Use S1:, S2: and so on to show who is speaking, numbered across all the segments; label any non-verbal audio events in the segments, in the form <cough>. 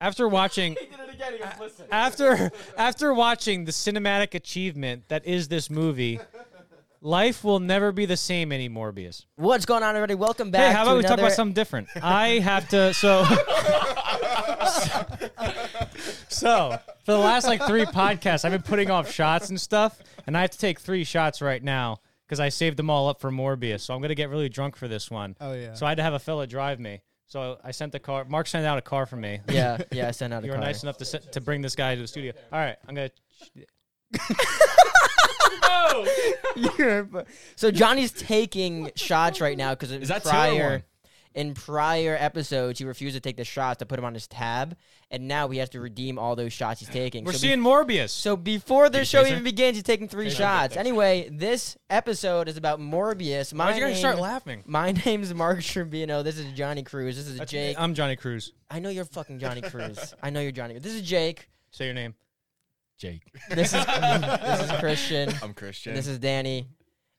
S1: after watching
S2: <laughs> He did it again. He goes, listen.
S1: after after watching the cinematic achievement that is this movie, life will never be the same anymore, Beus.
S3: What's going on, everybody? Welcome back.
S1: Hey, how
S3: to
S1: about we talk
S3: another-
S1: about something
S3: <laughs>
S1: different? I have to so So, for the last like 3 podcasts, I've been putting off shots and stuff, and I have to take 3 shots right now cuz I saved them all up for Morbius. So, I'm going to get really drunk for this one.
S4: Oh, yeah.
S1: So, I had to have a fella drive me. So, I sent the car. Mark sent out a car for me.
S3: Yeah, yeah. I sent out
S1: <laughs>
S3: a
S1: You were
S3: card.
S1: nice enough to se- to bring this guy to the studio. All right, I'm gonna.
S3: You're bu- so Johnny's taking shots right now because in
S2: that two or
S3: prior
S2: one?
S3: in prior episodes he refused to take the shots to put him on his tab, and now he has to redeem all those shots he's taking.
S1: We're
S3: so be-
S1: seeing Morbius.
S3: so before the show
S1: chaser?
S3: even begins, he's taking three shots. Anyway, this episode is about Morbius. My
S1: why'd you guys
S3: name-
S1: start laughing?
S3: My name's Mark Tribino. This is Johnny Cruz. This is Jake.
S1: I'm Johnny Cruz.
S3: I know you're fucking Johnny Cruz. I know you're Johnny. This is Jake.
S1: Say your name.
S2: Jake. <laughs>
S3: This is this is Christian.
S4: I'm
S3: And
S4: Christian.
S3: this is Danny.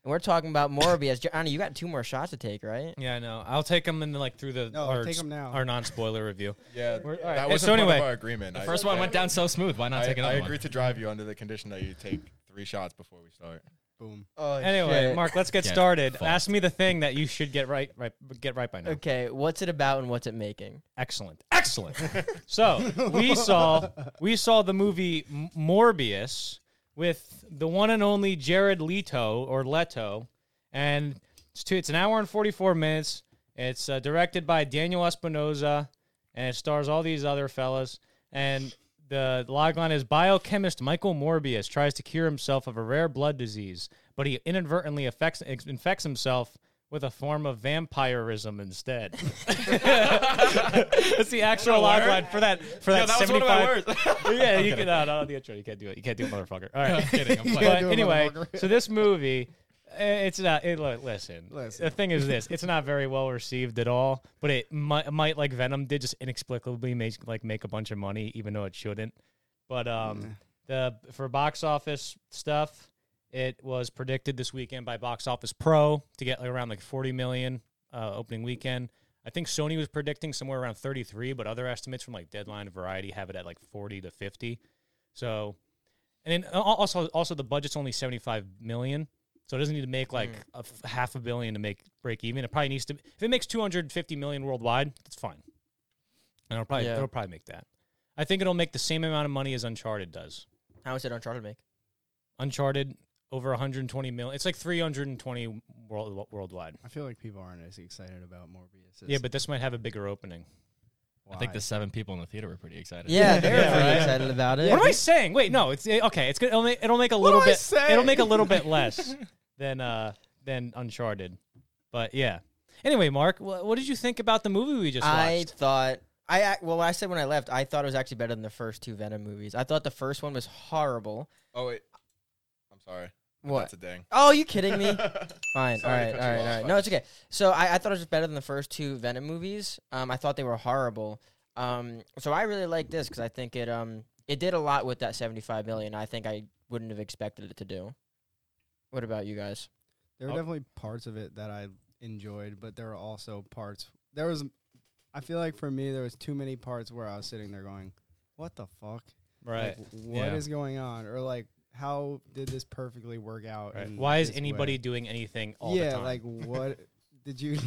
S3: And we're talking about Morbius. Johnny, you got two more shots to take, right?
S1: Yeah, I know. I'll take him in the, like through the
S4: No,
S1: our,
S4: take 'em now.
S1: our non-spoiler review.
S5: Yeah,
S1: We're- all right.
S5: that
S1: Hey,
S5: was
S1: so
S5: part
S1: anyway,
S5: of our agreement.
S2: The first one went down so smooth. Why not
S5: I,
S2: take another
S5: I
S2: one?
S5: agreed to drive you under the condition that you take three shots before we start.
S4: Boom.
S1: Anyway,
S3: shit.
S1: Mark, let's get
S2: Yeah,
S1: started.
S2: fuck.
S1: Ask me the thing that you should get right, right get right by now.
S3: Okay, what's it about and what's it making?
S1: Excellent, excellent. <laughs> so we saw we saw the movie M- Morbius with the one and only Jared Leto or Leto, and it's two, it's an hour and forty four minutes. It's uh, directed by Daniel Espinosa, and it stars all these other fellas. And the logline is biochemist Michael Morbius tries to cure himself of a rare blood disease, but he inadvertently affects, infects himself with a form of vampirism instead. <laughs> That's the actual logline for that for that,
S2: No, that was one
S1: 75.
S2: of my
S1: <laughs>
S2: words.
S1: yeah, you can. No, no, the intro. You can't do it. You can't do it, motherfucker. All
S2: <laughs>
S1: right.
S2: I'm kidding. I'm playing.
S1: But
S4: do it,
S1: anyway, <laughs>
S4: motherfucker.
S1: so this movie, eh, it's not. It, look, listen,
S4: Listen.
S1: The thing is, this it's not very well received at all. But it might, might like Venom did, just inexplicably make like make a bunch of money, even though it shouldn't. But um, the for box office stuff, it was predicted this weekend by Box Office Pro to get like, around like forty million uh, opening weekend. I think Sony was predicting somewhere around 33, but other estimates from like Deadline and Variety have it at like 40 to 50. So, and then al- also also the budget's only 75 million, so it doesn't need to make like a f- half a billion to make break even. It probably needs to if it makes 250 million worldwide, it's fine. And it'll probably
S3: Yeah.
S1: it'll probably make that. I think it'll make the same amount of money as Uncharted does.
S3: How much did Uncharted make?
S1: Uncharted over 120 million. It's like 320 world, worldwide.
S4: I feel like people aren't as excited about Morbius. as-
S1: Yeah, but this might have a bigger opening.
S2: I think
S4: Why?
S2: the seven people in the theater were pretty
S1: <laughs>
S2: excited.
S3: Yeah, they're
S1: Yeah,
S3: pretty
S1: right.
S3: excited about it.
S1: What am I saying? Wait, no, it's eh, okay. It's gonna it'll make, it'll make a little
S4: do I
S1: bit
S4: say?
S1: it'll make a little bit
S4: <laughs>
S1: less than uh than Uncharted, but yeah. Anyway, Mark, wha what did you think about the movie we just
S3: I
S1: watched?
S3: thought I I- well, I said when I left, I thought it was actually better than the first two Venom movies. I thought the first one was horrible.
S5: Oh wait, I'm sorry.
S3: What?
S5: That's a dang.
S3: Oh, you kidding
S5: <laughs>
S3: me? Fine.
S5: Sorry
S3: all right.
S5: to cut
S3: All
S5: you
S3: right. All
S5: off.
S3: right. No, it's okay. So I, I thought it was better than the first two Venom movies. Um, I thought they were horrible. Um, so I really like this because I think it um it did a lot with that seventy five million. I think I wouldn't have expected it to do. What about you guys?
S4: There were
S1: Oh.
S4: definitely parts of it that I enjoyed, but there were also parts. There was, I feel like for me, there was too many parts where I was sitting there going, "What the fuck?
S1: right.
S4: Like, what is
S2: Yeah.
S4: going on?" Or like, "How did this perfectly work out?"
S1: right.
S4: in
S1: Why is
S4: this way?"
S1: anybody doing anything all
S4: yeah,
S1: the time? <laughs>
S4: like what did you?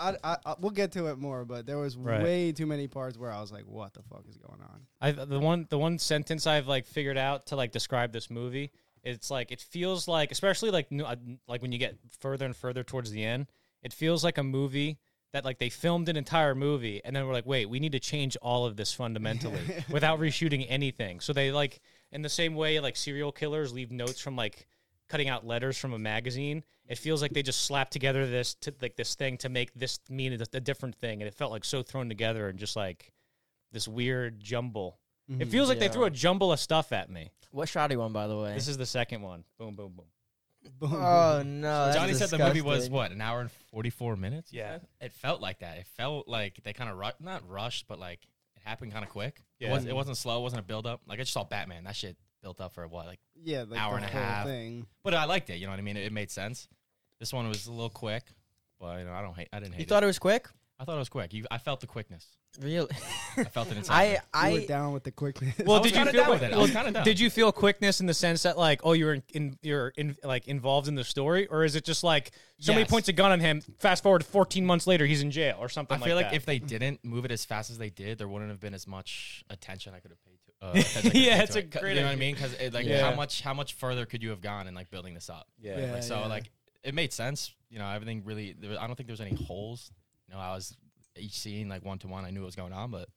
S4: I, I, I we'll get to it more, but there was
S1: Right.
S4: way too many parts where I was like, "What the fuck is going on?" <laughs>
S1: I the one the one sentence I've like figured out to like describe this movie. It's like it feels like, especially like nu- uh, like when you get further and further towards the end, it feels like a movie that like they filmed an entire movie and then we're like, wait, we need to change all of this fundamentally without reshooting anything. So they like in the same way like serial killers leave notes from like cutting out letters from a magazine. It feels like they just slapped together this to, like this thing to make this mean a, a different thing, and it felt like so thrown together and just like this weird jumble. It feels like they
S3: Yeah.
S1: threw a jumble of stuff at me.
S3: What shoddy one, by the way?
S1: This is the second one. Boom, boom, boom.
S3: <laughs>
S4: Boom.
S1: Uh,
S3: oh no! that's
S2: Johnny said the movie was
S3: disgusting.
S2: what an hour and forty-four minutes.
S1: Yeah.
S2: it felt like that. It felt like they kind of ru- not rushed, but like it happened kind of quick.
S1: Yeah.
S2: It, wasn't, it wasn't slow. It wasn't a build up. Like I just saw Batman. That shit built up for what like,
S4: yeah, like
S2: hour
S4: the
S2: and a
S4: whole
S2: half.
S4: thing.
S2: but I liked it. You know what I mean? It, it made sense. This one was a little quick, but you know I don't hate. I didn't hate.
S3: You
S2: it.
S3: thought it was quick?
S2: I thought it was quick. You, I felt the quickness.
S3: Really?
S2: I felt
S3: <laughs>
S2: it inside.
S3: I
S2: me.
S4: I were
S3: I
S4: down with the quickness.
S2: I
S1: Well,
S2: was
S1: did you
S2: kinda
S1: feel
S2: down with it. I was
S1: well,
S2: kinda down.
S1: Did you feel quickness in the sense that like, oh, you're in, in you're in like involved in the story, or is it just like somebody
S2: Yes.
S1: points a gun on him? Fast forward 14 months later, he's in jail or something.
S2: I feel like,
S1: that.
S2: if they didn't move it as fast as they did, there wouldn't have been as much attention I could have paid
S1: <laughs>
S2: to. Uh, attention I could have
S1: Yeah,
S2: paid
S1: it's
S2: to
S1: a
S2: it. 'Cause-
S1: great
S2: You know what I
S1: idea.
S2: mean? Because like,
S1: Yeah.
S2: how much how much further could you have gone in like building this up?
S1: yeah.
S4: Yeah.
S2: Like, so
S4: yeah.
S2: like it made sense. You know, everything really. There, was- I don't think there's any holes. You know, I was each scene like one to one. I knew what was going on, but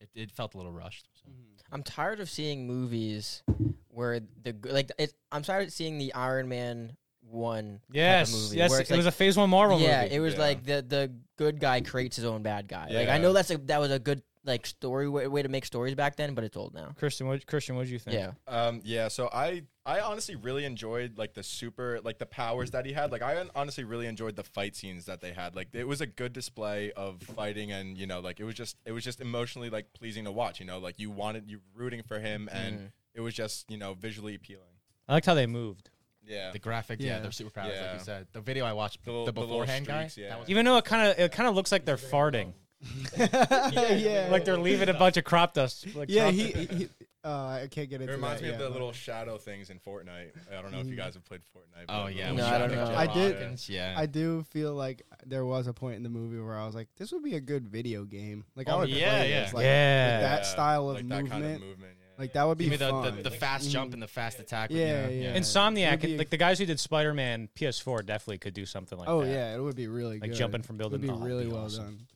S2: it, it felt a little rushed. So.
S3: I'm tired of seeing movies where the g- like it, I'm tired of seeing the Iron Man one.
S1: yes,
S3: movie
S1: yes,
S3: where
S1: it
S3: it's like-
S1: was a Phase One Marvel
S3: yeah,
S1: movie.
S3: it was
S5: Yeah.
S3: like the the good guy creates his own bad guy. Like I
S5: Yeah.
S3: know that's a that was a good like story way, way to make stories back then, but it's old now.
S1: Christian, what, Christian, what did you think?
S3: Yeah,
S5: Um, yeah, so I I honestly really enjoyed like the super like the powers that he had. Like I hon- honestly really enjoyed the fight scenes that they had. Like it was a good display of fighting and you know like it was just it was just emotionally like pleasing to watch, you know? Like you wanted you were rooting for him
S2: Mm-hmm.
S5: and it was just, you know, visually appealing.
S1: I liked how they moved.
S5: Yeah.
S2: The graphic, yeah,
S4: Yeah.
S2: their superpowers, like
S5: Yeah.
S2: you said. The video I watched,
S5: The
S2: the,
S5: little- the little
S2: beforehand guy,
S5: streaks, yeah.
S2: that was
S1: Even though it kind of it kind of looks like they're farting,
S4: <laughs> yeah, yeah.
S1: <laughs> like they're leaving a bunch of crop dust. Like
S4: yeah.
S1: crop
S4: He, he uh, I can't get
S5: It
S4: into.
S5: reminds
S4: that
S5: me of
S4: yet,
S5: the
S4: but-
S5: little shadow things in Fortnite. I don't know if you guys have played Fortnite. but
S2: <laughs> Mm. Oh
S5: the
S2: yeah,
S5: little
S3: No, I
S5: shadow
S3: don't know.
S5: things
S4: I
S5: that
S4: did-
S5: pop out.
S2: Hawkins, Yeah,
S4: I do feel like there was a point in the movie where I was like, "This would be a good video game." Like I
S2: Oh,
S4: would
S2: yeah,
S4: play
S2: yeah.
S4: this. Like,
S1: Yeah.
S4: like that style of
S5: like
S4: movement,
S5: that kind of movement. Yeah.
S4: like that would be
S2: Give me the,
S4: fun.
S2: the, the fast jump and the fast attack. with, you
S4: Yeah,
S2: know,
S4: yeah. And
S1: Insomniac,
S4: It'd be-
S1: like the guys who did Spider Man PS4, definitely could do something like
S4: oh
S1: that.
S4: yeah, it would be really
S1: Like
S4: good.
S1: jumping from building
S4: It
S1: to
S4: would be
S1: hop,
S4: really
S1: be
S4: well
S1: awesome. <laughs>
S4: done.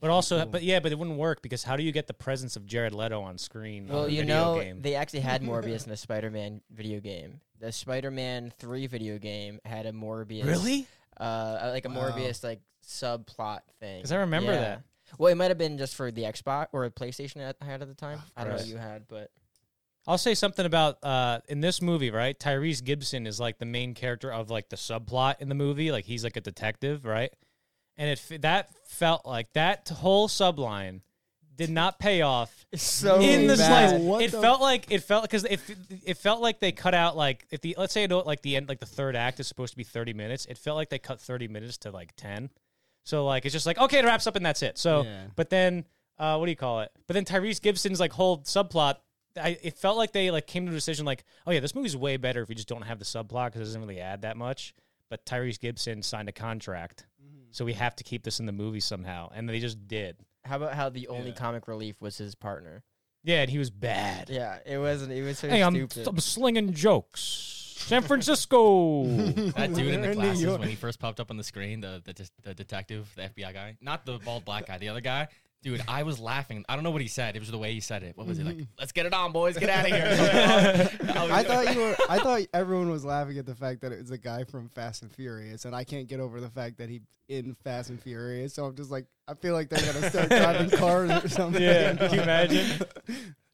S1: But also, but yeah, but it wouldn't work because how do you get the presence of Jared Leto on screen? on
S3: well,
S1: a
S3: you
S1: video
S3: know,
S1: game?
S3: they actually
S1: <laughs>
S3: had Morbius in the Spider-Man video game. The Spider-Man Three video game had a Morbius,
S1: really?
S3: uh, like a
S4: Wow.
S3: Morbius like subplot thing.
S1: 'Cause I remember
S3: Yeah.
S1: that.
S3: Well, it might have been just for the Xbox or PlayStation at- I had at the time. I don't know what
S1: course.
S3: you had, but
S1: I'll say something about uh, in this movie, right? Tyrese Gibson is like the main character of like the subplot in the movie. Like he's like a detective, right? And it f- that felt like that whole subline did not pay off
S3: so
S1: in the
S4: bad.
S1: slice.
S4: What
S1: it
S4: the-
S1: felt like it felt because if it felt like they cut out like if the let's say it, like the end like the third act is supposed to be thirty minutes, it felt like they cut thirty minutes to like ten. So like it's just like okay, it wraps up and that's it. So
S4: Yeah.
S1: but then uh, what do you call it? But then Tyrese Gibson's like whole subplot. I, it felt like they like came to a decision like oh yeah this movie's way better if we just don't have the subplot because it doesn't really add that much but tyrese gibson signed a contract so we have to keep this in the movie somehow and they just did
S3: How about how the only
S5: Yeah.
S3: comic relief was his partner?
S1: yeah and he was bad
S3: Yeah, it wasn't. It was so
S1: Hey, I'm,
S3: stupid.
S1: I'm slinging jokes. San Francisco.
S2: That dude
S4: We're
S2: in
S4: <laughs> in
S2: the
S4: New
S2: glasses
S4: York.
S2: when he first popped up on the screen, the the, dis- the detective, the FBI guy, not the bald black guy, the other guy. Dude, I was laughing. I don't know what he said. It was the way he said it. What was it like? Let's get it on, boys. Get out of
S4: <laughs>
S2: here. <laughs> I was-
S4: Mm-hmm. I thought you were. I thought everyone was laughing at the fact that it was a guy from Fast and Furious, and I can't get over the fact that he in Fast and Furious. So I'm just like, I feel like they're
S1: <laughs>
S4: gonna start driving cars or
S1: <laughs>
S4: something. <laughs>
S1: yeah, Oh, can you imagine?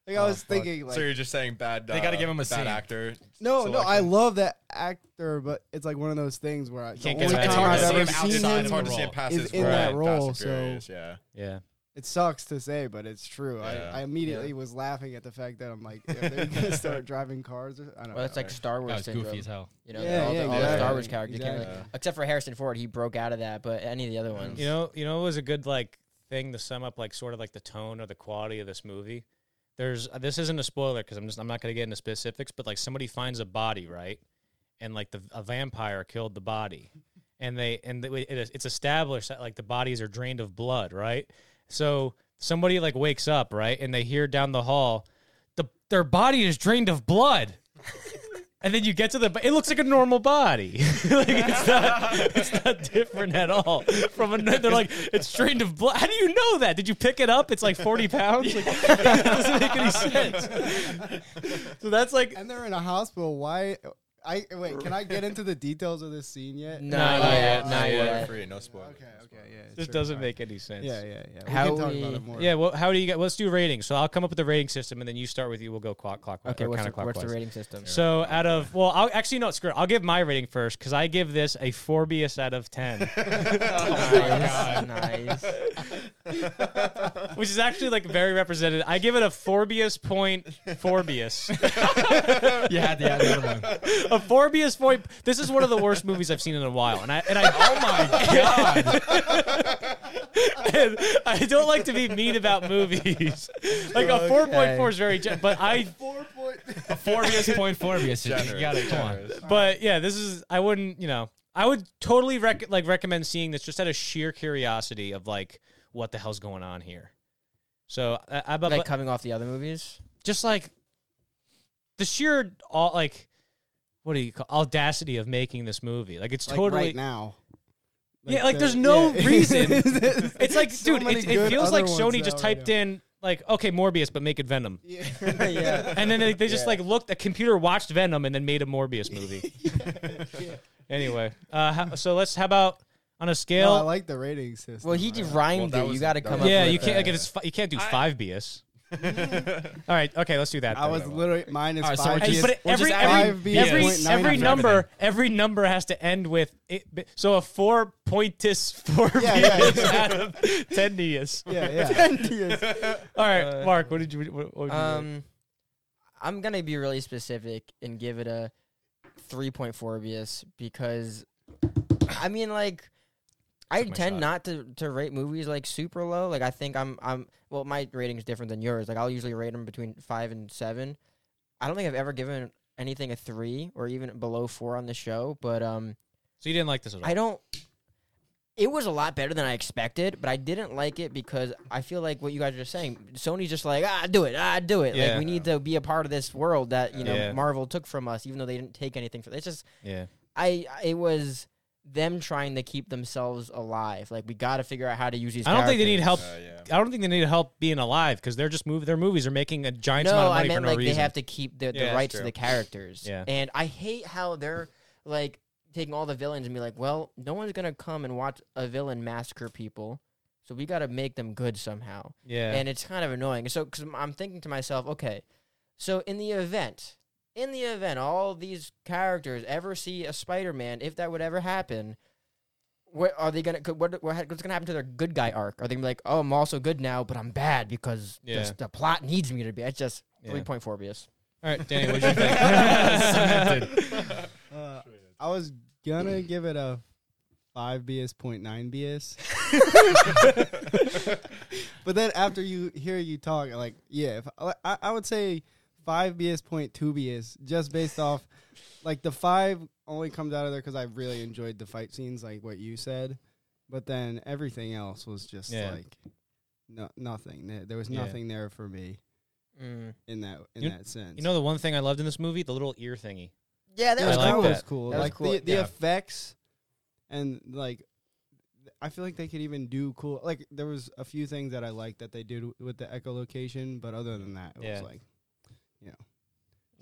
S4: Like I was
S2: fuck.
S4: thinking, like
S5: so you're just saying bad.
S2: They gotta
S5: uh,
S2: give him a
S5: bad
S2: scene.
S5: actor.
S4: No, no, I
S5: selection.
S4: love that actor, but it's like one of those things where I the
S1: can't
S4: can't
S1: get
S4: only
S1: him out.
S4: time
S1: It's hard to see
S4: I've ever
S1: him
S4: seen him.
S2: outside
S5: It's
S2: of
S5: hard
S2: the
S5: to see him
S2: role.
S5: past
S4: Is
S5: his
S4: in
S5: prime
S4: that
S5: in
S4: role,
S5: Fast and Furious,
S4: so-
S5: yeah.
S1: Yeah.
S4: It sucks to say, but it's true.
S5: Yeah.
S4: I, I immediately was laughing at the fact that I'm like, are they gonna start driving cars? Or, I don't
S3: well,
S4: know.
S3: it's like Star
S2: That
S3: Wars
S2: was
S3: syndrome.
S2: Oh, goofy as hell.
S3: You know,
S4: Yeah,
S3: all,
S4: yeah,
S3: the, all the Star
S4: exactly,
S3: Wars characters, can't really-
S5: exactly.
S3: except for Harrison Ford, he broke out of that. But any of the other ones,
S1: You know, you know, it was a good like thing to sum up like sort of like the tone or the quality of this movie. There's uh, this isn't a spoiler because I'm just I'm not gonna get into specifics, but like somebody finds a body right, and like the a vampire killed the body, and they and the, it is, it's established that like the bodies are drained of blood right. So somebody like wakes up right, and they hear down the hall, the their body is drained of blood. And then you get to the, it looks like a normal body. <laughs> like it's not, it's not different at all. From a, they're like, it's strained of blood. How do you know that? Did you pick it up? It's like 40 pounds. Like, <laughs> that doesn't make any
S3: <laughs>
S1: sense. so that's like,
S4: and they're in a hospital. Why? I wait. Can I get into the details of this scene yet?
S3: No, Not no, yet,
S4: Uh,
S3: Oh, not
S5: Spoiler
S3: yet.
S5: Free, no spoilers.
S4: Okay,
S5: no
S4: okay,
S5: spoilers.
S4: yeah.
S1: this
S4: sure.
S1: doesn't make any sense.
S4: Yeah, yeah, yeah. We
S3: How
S4: can talk about
S3: we-
S4: it more.
S1: Yeah, well, how do you get? Let's do ratings. So I'll come up with the rating system, and then you start with you. We'll go clock, clockwise.
S3: okay,
S1: or
S3: what's the,
S1: counterclockwise.
S3: what's the rating system?
S1: So out of well, I'll actually no, screw. It. I'll give my rating first because I give this a Forbius out of
S2: <laughs>
S1: ten,
S3: nice, nice.
S1: which is actually like very representative. I give it a Forbius point Forbius, <laughs>
S2: You had to add the other one.
S1: a Forbius point.
S2: <laughs>
S1: This is one of the worst movies I've seen in a while, and I and I
S2: Oh my god!
S1: <laughs> And I don't like to be mean about movies. Like a four point four is very, gen- but
S2: <laughs>
S1: I,
S4: Four point.
S1: <laughs>
S4: <laughs>
S2: Forbius
S5: <laughs>
S2: point Forbius. You got it. Come on.
S5: generous. Uh,
S1: but yeah, this is. I wouldn't, you know, I would totally rec- like recommend seeing this just out of sheer curiosity of like what the hell's going on here. So I, I but,
S3: like
S1: but
S3: coming off the other movies.
S1: just like the sheer all like what do you call audacity of making this movie? Like it's
S4: Like
S1: totally
S4: right now.
S1: Yeah, like,
S4: the-
S1: there's no
S4: <laughs>
S1: reason.
S4: it's
S1: It's like,
S4: So
S1: dude,
S4: many
S1: it,
S4: good
S1: it feels like
S4: other
S1: Sony
S4: ones
S1: just
S4: out
S1: typed
S4: right
S1: in like, okay, Morbius, but make it Venom, <laughs>
S4: <laughs> <laughs> Yeah.
S1: and then they, they just like looked. A computer watched Venom and then made a Morbius
S4: <laughs>
S1: movie. Anyway, uh, how, so let's. How about on a
S4: No, I
S1: scale?
S4: like the rating system.
S3: Well, he just
S5: Well,
S3: rhymed
S5: that
S3: it. You
S5: was-
S3: got to
S5: that
S3: come
S5: was-
S3: up.
S1: yeah,
S3: with
S1: you can't.
S3: a-
S1: Like, it's fi- you can't do five BS. All right, okay, let's do that.
S4: I
S1: then.
S4: was literally minus
S2: All right, so
S4: five.
S2: we're
S1: Hey,
S2: just-
S1: but
S2: we're
S1: every
S2: just
S4: adding
S1: every
S4: BS.
S1: every,
S4: Point
S1: every
S4: nine
S1: number
S2: everything.
S1: every number has to end with it, so a four pointus four
S4: Yeah, yeah,
S1: BS
S4: yeah.
S1: out of ten BS.
S4: yeah,
S1: <laughs>
S4: yeah.
S1: All right, Mark, what did you? What, what did you rate?
S3: Um, I'm gonna be really specific and give it a 3.4 bias because, I mean, like, I
S2: my
S3: tend
S2: shot.
S3: not to, to rate movies like super low. Like, I think I'm I'm well, my rating's different than yours. Like, I'll usually rate them between five and seven. I don't think I've ever given anything a three or even below four on the show, but um,
S1: So you didn't like this at all?
S3: I don't. It was a lot better than I expected, but I didn't like it because I feel like what you guys are saying. Sony's just like, ah, do it, ah, do it.
S1: Yeah.
S3: Like we need to be a part of this world that you know
S1: Yeah.
S3: Marvel took from us, even though they didn't take anything from. It's just
S1: yeah.
S3: I. It was them trying to keep themselves alive. Like we got to figure out how to use these.
S1: I don't think they need
S3: characters.
S1: help.
S5: Uh, yeah.
S1: I don't think they need help being alive because they're just move. Their movies are making a giant amount
S3: No,
S1: of
S3: I
S1: money
S3: meant
S1: for no
S3: like
S1: reason.
S3: they have to keep the, the
S1: Yeah, that's
S3: rights to
S1: true.
S3: the characters.
S1: Yeah.
S3: And I hate how they're like taking all the villains and be like, well, no one's gonna come and watch a villain massacre people, so we got to make them good somehow.
S1: yeah.
S3: And it's kind of annoying. So because I'm thinking to myself, okay, so in the event, in the event, all these characters ever see a Spider-Man, if that would ever happen. What are they gonna? could- What, what what's gonna happen to their good guy arc? Are they gonna be like, oh, I'm also good now, but I'm bad because
S1: Yeah.
S3: the, the plot needs me to be? It's just
S1: Yeah.
S3: three point four BS.
S1: all right, Danny, what do you
S2: <laughs>
S1: think?
S4: Uh, I was gonna give it a five BS point nine BS. <laughs> but then after you hear you talk, like yeah, if, I, I would say five BS point two BS just based off like the five only comes out of there because I really enjoyed the fight scenes, like what you said. But then everything else was just
S1: Yeah.
S4: like no, nothing. There- There was
S1: Yeah.
S4: nothing there for me
S3: Mm.
S4: in that in
S1: You-
S4: that sense.
S1: <laughs> you know the one thing I loved in this movie, the little ear thingy.
S3: Yeah, that
S1: I
S4: Yeah,
S1: like
S3: <laughs> was cool.
S1: that.
S4: was cool.
S3: That was
S4: like
S3: cool,
S4: the, the
S2: yeah.
S4: effects and like I feel like they could even do cool like there was a few things that I liked that they did w- with the echolocation, but other than that it
S1: Yeah.
S4: was like you know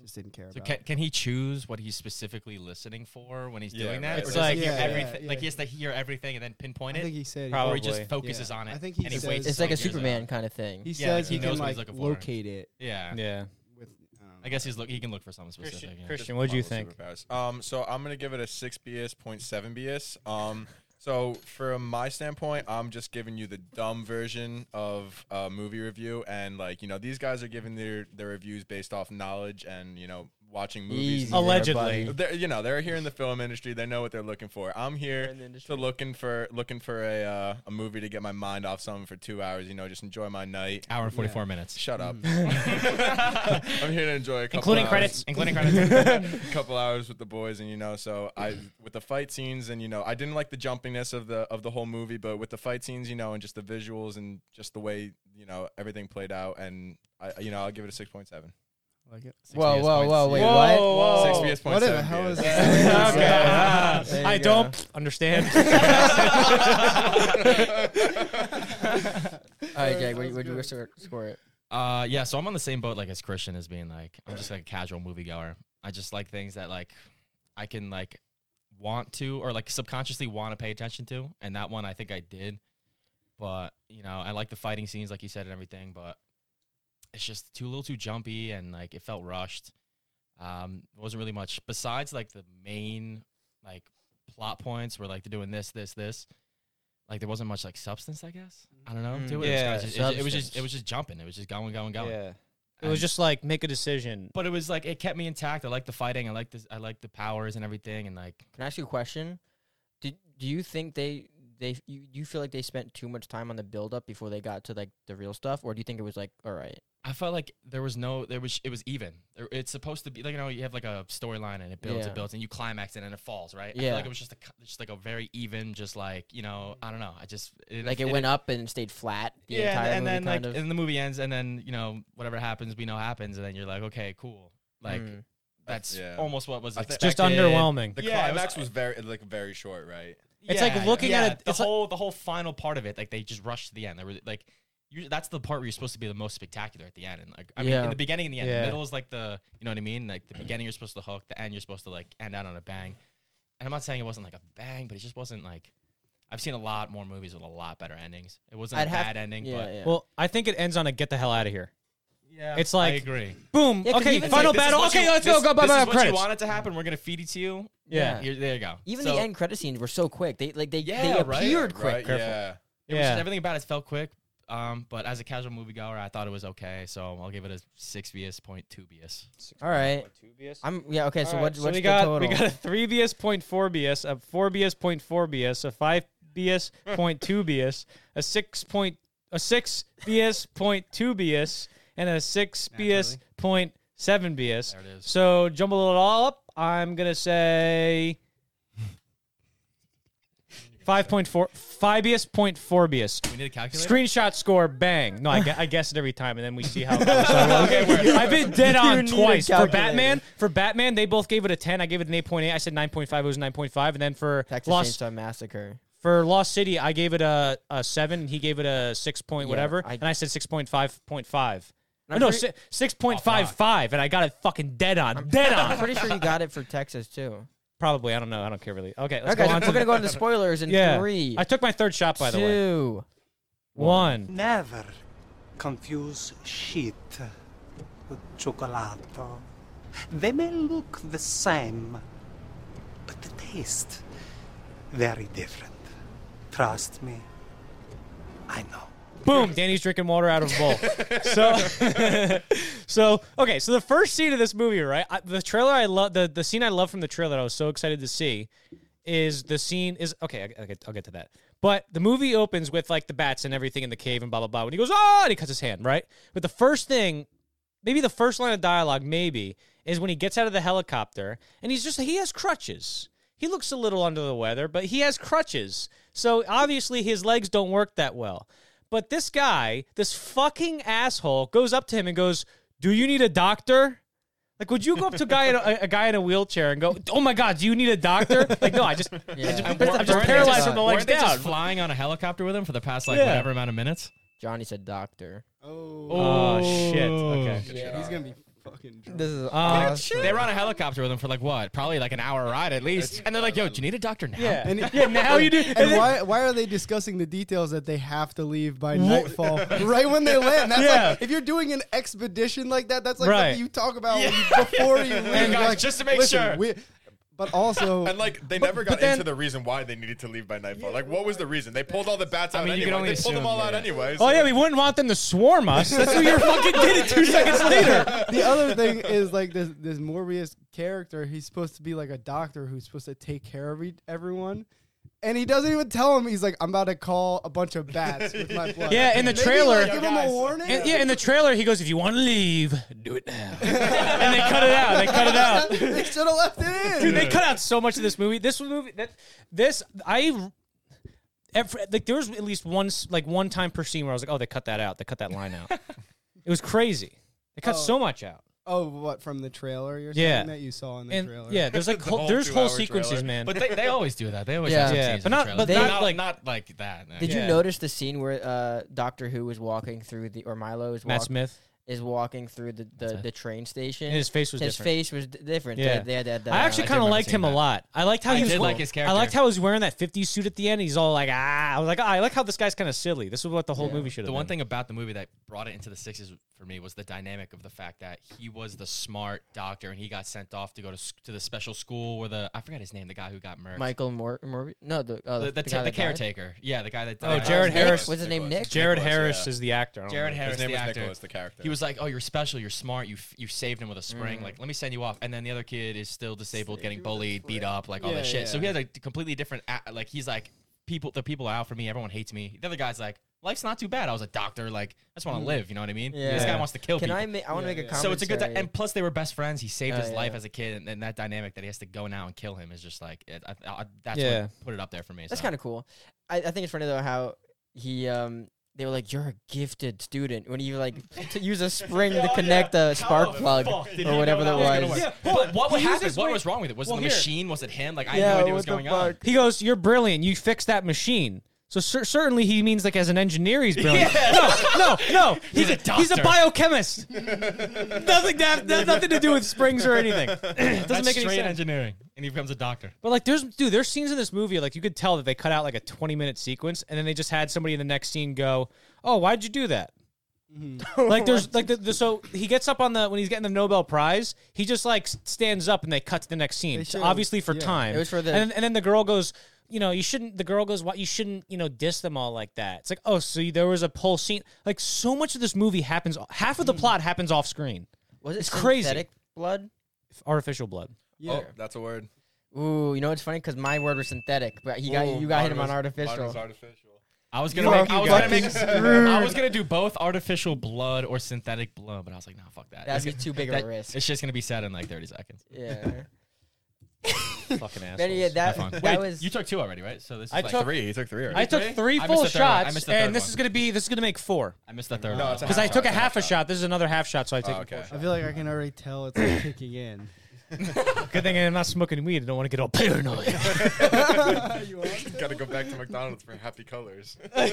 S4: just didn't care
S2: So
S4: about
S2: can, can he choose what he's specifically listening for when he's
S5: Yeah,
S2: doing that?
S5: right.
S2: Or
S1: It's
S2: does he
S1: like-
S2: hear
S1: Yeah, yeah,
S2: everything-
S4: yeah.
S2: like he has to hear everything and then pinpoint
S4: I think
S2: it,
S4: he said
S1: Probably.
S2: or he just focuses
S4: yeah.
S2: on it.
S4: I think he
S2: and he
S4: says-
S2: waits
S4: It's
S3: It's
S2: till
S3: like a
S2: he hears it.
S3: Superman kind of thing.
S4: he, he
S2: Yeah,
S4: says
S2: he
S4: he,
S2: knows
S4: can
S2: what he's
S4: like
S2: looking for.
S4: locate it
S2: Yeah.
S1: Yeah.
S4: with I, don't
S2: I guess he's look. He can look for something specific. yeah.
S1: Christian, what do you think?
S5: Superpowers. Um, so I'm gonna give it a six BS, 0.7 BS. Um, so from my standpoint, I'm just giving you the dumb version of a movie review, and like you know, these guys are giving their their reviews based off knowledge and you know, watching
S3: Easy
S5: movies. and
S3: there,
S1: Allegedly.
S3: buddy.
S5: they're, you know they're here in the film industry. They know what they're looking for. I'm here
S3: in the industry.
S5: to looking for looking for a uh, a movie to get my mind off something for two hours. You know, just enjoy my night.
S2: Hour and forty four minutes,
S5: Shut up. <laughs> I'm here to enjoy a couple
S1: Including
S5: hours.
S1: credits.
S2: including
S4: <laughs>
S2: credits. <laughs>
S5: a couple hours with the boys and you know so i with the fight scenes and you know i didn't like the jumpiness of the of the whole movie but with the fight scenes you know and just the visuals and just the way you know everything played out and i you know i'll give it a 6.7
S4: like it.
S3: Whoa, whoa, whoa, wait,
S1: Whoa,
S3: what?
S1: whoa.
S5: Six BS
S4: What
S5: point
S4: the
S5: seven
S4: hell is
S5: BS.
S4: this?
S3: <laughs>
S1: Okay. <laughs>
S3: Yeah.
S4: <laughs>
S3: There you
S1: Ah, I
S3: go.
S1: don't
S3: <laughs>
S1: understand. <laughs>
S3: All <laughs> right, Jake, what, would you score, score it?
S2: Uh, yeah. So I'm on the same boat like as Christian as being like I'm just like a casual moviegoer. I just like things that like I can like want to or like subconsciously want to pay attention to, and that one I think I did. But you know, I like the fighting scenes, like you said, and everything. But it's just too a little too jumpy, and like it felt rushed. Um, it wasn't really much besides like the main like plot points were like they're doing this, this, this. Like there wasn't much like substance, I guess. I don't know. To it. It was kinda
S3: Yeah,
S2: just- it was just it
S3: substance.
S2: was just jumping. It was just going, going, going.
S1: yeah. It was just like make a decision.
S2: But it was like it kept me intact. I liked the fighting. I liked this. I liked the powers and everything. And like
S3: Can I ask you a question? Did do you think they they you, you feel like they spent too much time on the build up before they got to like the real stuff, or do you think it was like all right?
S2: I felt like there was no, there was, it was even. There- It's supposed to be like you know, you have like a storyline and it builds,
S3: Yeah.
S2: it builds, and you climax it and it falls, right? I
S3: Yeah.
S2: feel like it was just a, co- just like a very even, just like you know, I don't know. I just it,
S3: Like it went up and stayed flat. The
S2: yeah,
S3: entire
S2: and
S3: movie,
S2: then
S3: kind
S2: like
S3: of.
S2: and the movie ends, and then you know whatever happens, we know happens, and then you're like, okay, cool, like
S3: Mm.
S2: that's
S5: yeah.
S2: almost what was
S5: I
S1: It's
S5: thi-
S2: expected.
S1: just underwhelming.
S5: <laughs> The
S2: Yeah, it was-
S5: climax was, very like very short, right?
S1: It's like looking at it-
S2: the
S1: it's like-
S2: whole the whole final part of it. Like they just rushed to the end. There were like you, that's the part where you're supposed to be the most spectacular at the end. And like I mean,
S3: Yeah.
S2: in the beginning and the end,
S1: Yeah.
S2: the middle is like the you know what I mean. Like the beginning you're supposed to hook, the end you're supposed to like end out on a bang. And I'm not saying it wasn't like a bang, but it just wasn't like I've seen a lot more movies with a lot better endings. It wasn't
S3: I'd
S2: a
S3: have-
S2: bad ending,
S3: yeah,
S2: but
S3: yeah.
S1: Well, I think it ends on a get the hell out of here.
S2: yeah,
S1: It's
S2: I
S1: like-
S2: agree.
S1: Boom.
S3: Yeah, 'cause
S1: okay,
S3: even-
S1: final
S2: It's like, this is
S1: battle.
S2: what
S1: Okay,
S2: you-
S1: let's go.
S2: this-
S1: Go. Bye
S2: This
S1: bye.
S2: is what you
S1: Credits.
S2: want it to happen. We're gonna feed it to you.
S1: Yeah.
S2: Here- there you go.
S3: Even
S2: So-
S3: the end credit scenes were so quick. They like they
S2: Yeah,
S3: they
S2: right,
S3: appeared quick.
S5: Right,
S1: Careful.
S5: yeah.
S2: It was just
S1: Yeah.
S2: everything about it felt quick. Um, but as a casual moviegoer, I thought it was okay. So I'll give it a six BS point two BS.
S3: All right. I'm yeah okay. So
S1: All right,
S3: what, what's
S1: we
S3: the
S1: got
S3: total?
S1: we got a three BS point four BS, a four BS point four BS, a five
S3: <laughs>
S1: BS point two BS, a six point a six
S3: <laughs>
S1: BS point two BS, and a six BS point seven BS.
S2: There it is.
S1: So jumble it all up. I'm gonna
S3: <laughs>
S1: say five point four five BS point four BS.
S2: We need a calculator.
S1: Screenshot score, bang. No, I, gue- I guess it every time, and then we see how. <laughs>
S3: <laughs>
S1: I've been dead
S3: You
S1: on
S3: need a
S1: twice for
S3: calculator.
S1: Batman. For Batman, they both gave it a ten. I gave it an eight point eight. I said nine point five. It was nine point five. And then for
S3: Texas
S1: Lost
S3: Chainsaw
S1: <laughs>
S3: Massacre.
S1: for Lost City, I gave it a, a seven. And he gave it a six point
S3: Yeah,
S1: whatever,
S3: I-
S1: and I said six point five point five.
S3: I'm
S1: no,
S3: pretty- Oh,
S1: si- six point five five, and I got it fucking dead on, dead
S3: I'm <laughs>
S1: on.
S3: pretty sure you got it for Texas too.
S1: Probably, I don't know. I don't care really. Okay, let's
S3: Okay,
S1: go on
S3: so
S1: to
S3: we're gonna
S1: the,
S3: go into spoilers in
S1: yeah.
S3: three.
S1: I took my third shot by the way.
S3: two.
S1: One.
S6: Never confuse shit with cioccolato. They may look the same, but the taste very different. Trust me, I know.
S1: boom, Danny's drinking water out of a bowl. so, <laughs> so okay, so the first scene of this movie, right? I, the trailer I love, the, the scene I love from the trailer, I was so excited to see, is the scene is okay. I, will get, I'll get to that. But the movie opens with like the bats and everything in the cave and blah blah blah. When he goes, oh, and he cuts his hand, right? But the first thing maybe the first line of dialogue maybe is when he gets out of the helicopter and he's just he has crutches he looks a little under the weather but he has crutches so obviously his legs don't work that well but this guy this fucking asshole goes up to him and goes do you need a doctor like would you go up to a guy in a, a guy in a wheelchair and go oh my god do you need a doctor like no i just
S3: Yeah.
S1: I'm,
S3: That's
S1: I'm
S3: a
S1: just
S3: burning
S1: paralyzed
S3: shot.
S1: from the
S2: Weren't
S1: legs
S2: they
S1: down
S2: just flying on a helicopter with him for the past like
S1: Yeah.
S2: whatever amount of minutes?
S3: Johnny said doctor.
S4: Oh,
S1: oh shit okay
S4: he's gonna be fucking drunk.
S3: This
S1: Uh,
S3: is
S1: awesome.
S2: They were on a helicopter with him for like what? Probably like an hour ride at least. And they're like, "Yo, do you need a doctor now?" <laughs>
S1: yeah
S4: And-
S1: yeah now Oh, you do
S4: And why, why are they discussing the details that they have to leave by nightfall right when they land? That's
S1: Yeah.
S4: like if you're doing an expedition like that, that's like
S1: Right.
S4: something you talk about when you-
S1: <laughs>
S4: before you leave.
S2: guys,
S4: like,
S2: just to make
S4: listen,
S2: sure."
S4: we- but also,
S5: And like they never got into the reason why they needed to leave by nightfall. Like what was the reason? They pulled all the bats out
S2: mean, you
S5: anyway.
S2: can only
S5: they pulled them
S2: assume,
S5: all out
S2: yeah.
S5: anyways.
S1: Oh yeah, we wouldn't want them to swarm us. That's what you're fucking getting two seconds later.
S4: the other
S1: <laughs>
S4: thing is like this this Morbius character. He's supposed to be like a doctor who's supposed to take care of e- everyone. And he doesn't even tell him. He's like, "I'm about to call a bunch of bats with
S1: <laughs>
S4: my blood."
S1: Yeah, in the
S4: Maybe,
S1: trailer-
S4: like, give him a warning.
S1: And, yeah, in the trailer he goes, "If you want to leave, do it now." <laughs> and they cut it out. They cut it out.
S4: <laughs> they should have left it in.
S1: Dude, they cut out so much of this movie. This movie that this I every, like there was at least one s- like one time per scene where I was like, "Oh, they cut that out. They cut that line out." it was crazy. They cut
S4: Oh.
S1: so much out.
S4: Oh, what from the trailer? You're
S1: Yeah.
S4: saying that you saw in the
S1: And
S4: trailer.
S1: yeah, there's like
S5: The
S1: whole,
S5: whole
S1: there's whole
S5: two-hour
S1: sequences,
S5: trailer.
S1: man.
S2: But they, they always do that. They always
S3: Yeah.
S2: have some
S1: Yeah,
S2: scenes
S1: but
S2: in
S1: not-
S2: the trailer.
S1: but
S2: They're
S1: not
S2: not
S1: like-
S2: like not like that.
S3: Did
S1: Yeah.
S3: you notice the scene where uh, Doctor Who was walking through the or Milo is,
S1: Matt
S3: walk-
S1: Smith
S3: is walking through the, the,
S2: it.
S3: the train station?
S1: and his face was
S3: His
S1: different.
S3: face was d- different. They-
S1: Yeah.
S3: They, had that. uh, that
S1: I actually
S2: I do
S1: kind of
S2: remember
S1: liked
S2: seeing
S1: him a
S2: that.
S1: lot. I liked how
S2: I
S1: he was
S2: did
S1: cool.
S2: like his
S1: I liked
S2: character.
S1: how he was wearing that 50s suit at the end. He's all like, ah. I was like, ah, I like how this guy's kind of silly. This is what the whole movie should have
S2: The one
S1: been.
S2: thing about the movie that brought it into the sixes for me was the dynamic of the fact that he was the smart doctor and he got sent off to go to, s- to the special school where the I forgot his name, the guy who got murdered,
S3: Michael Mor- Mor- No, the uh,
S2: the, the,
S3: guy
S2: ta-
S3: that
S2: the
S3: died?
S2: caretaker, yeah, the guy that
S1: Oh,
S2: died.
S1: Jared
S5: Nicholas,
S1: Harris.
S3: What's his name,
S5: Nicholas.
S3: Nick?
S1: Jared
S5: Nicholas,
S1: Harris
S5: yeah.
S1: is the actor. I don't
S2: Jared
S1: know.
S2: Harris,
S5: His name
S2: the
S5: was
S2: actor.
S5: Nicholas, the character.
S2: He was like, "Oh, you're special. You're smart. You f- you saved him with a spring.
S3: Mm.
S2: Like, let me send you off." And then the other kid is still disabled, getting bullied, beat up, like all
S4: Yeah,
S2: this shit. So
S4: yeah.
S2: he has a completely different. a- Like, he's like, people the people are out for me. Everyone hates me. The other guy's like, life's not too bad. I was a doctor. Like, I just want to live. You know what I mean? This guy
S3: Mm. Yeah.
S2: wants to kill
S3: Can
S2: people.
S3: I? Ma- I want to
S4: Yeah,
S3: make a
S4: yeah.
S3: comment.
S2: so it's a good. Di- and plus, they were best friends. He saved
S3: Oh,
S2: his life
S3: yeah.
S2: as a kid, and, and that dynamic that he has to go now and kill him is just like it, I, I, that's
S1: Yeah.
S2: what put it up there for me.
S3: That's kind of cool. I, I think it's funny though how he um they were like you're a gifted student when you like to use a spring
S1: <laughs>
S3: to connect a spark plug or whatever that was.
S2: Yeah, but what
S1: he uses
S2: happened? What
S1: weight-
S2: was wrong with it? Was
S1: Well,
S2: it the
S1: here-
S2: machine? Was it him? Like I
S3: Yeah,
S2: had no idea what
S3: what
S2: was
S3: the
S2: going on.
S3: fuck?
S1: He goes, "You're brilliant. You fixed that machine." So cer- certainly he means like as an engineer he's brilliant. No, no, no. He's,
S2: <laughs> He's
S1: a,
S2: a
S1: he's a
S2: doctor. <laughs>
S1: biochemist. nothing that that's nothing to do with springs or anything. <clears throat> Doesn't
S2: That's
S1: make any
S2: straight
S1: sense.
S2: engineering, and he becomes a doctor.
S1: But like, there's dude, there's scenes in this movie like you could tell that they cut out like a 20 minute sequence, and then they just had somebody in the next scene go, "Oh, why'd you do that?"
S3: Mm-hmm. <laughs>
S1: like there's like the, the so he gets up on the when he's getting the Nobel Prize, he just like s- stands up and they cut to the next scene,
S4: They
S1: So
S4: should've-
S1: obviously for
S4: yeah.
S1: time.
S3: It was for the-
S1: and, then, and then the girl goes. You know, you shouldn't. The girl goes, "What? You shouldn't, you know, diss them all like that." It's like, oh, so you- there was a whole scene. Like, so much of this movie happens. Half
S3: Mm.
S1: of the plot happens off screen.
S3: Was it
S1: It's crazy.
S3: synthetic blood?
S1: Artificial
S3: <laughs>
S1: blood.
S4: Yeah.
S5: Oh, that's a word.
S3: Ooh, you know what's funny? Because my word was synthetic, but he got
S5: Ooh,
S3: you got hit
S5: mine
S3: him on
S5: was- mine
S3: artificial.
S5: was artificial.
S2: I was gonna
S3: Fuck
S2: make. I
S3: you
S2: was gonna
S3: guys.
S2: make.
S4: <laughs>
S3: <laughs> Screwed.
S2: I was gonna do both artificial blood or synthetic blood, but I was like, nah, fuck that.
S3: That'd
S2: It's
S3: be
S2: gonna- <laughs>
S3: too big of a
S2: that-
S3: risk.
S2: It's just gonna be said in like 30 seconds. <laughs>
S3: Yeah.
S1: Fucking ass.
S3: But yeah,
S2: Have
S3: that
S2: fun.
S3: that
S2: Wait,
S3: was
S2: you took two already, right? So this is
S1: I
S2: like
S1: took-
S2: three.
S5: Three. You took three. Already.
S1: I took
S2: Three?
S1: three
S2: I missed
S1: full
S2: the third one. I
S1: shots,
S2: missed the third
S1: and this
S2: one.
S1: is gonna be this is gonna make four
S2: I missed the third
S5: No,
S2: one.
S5: it's a
S1: because I
S5: Half
S1: took a
S5: shot,
S1: half
S5: half
S1: a
S5: shot.
S1: shot. This is another half shot, so I take
S5: Oh, okay.
S4: I feel like I can already tell it's <clears throat> like kicking in.
S1: Good thing I'm not smoking weed. I don't want to get all paranoid.
S5: <laughs> Gotta go back to McDonald's for happy colors.
S1: <laughs> I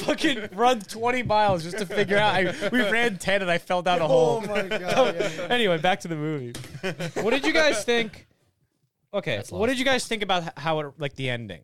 S1: fucking run 20 miles just to figure out. I, we ran 10 and I fell down a hole.
S4: Oh god.
S1: anyway, back to the movie. What did you guys think? Okay, what did you guys think about h- how it like the ending?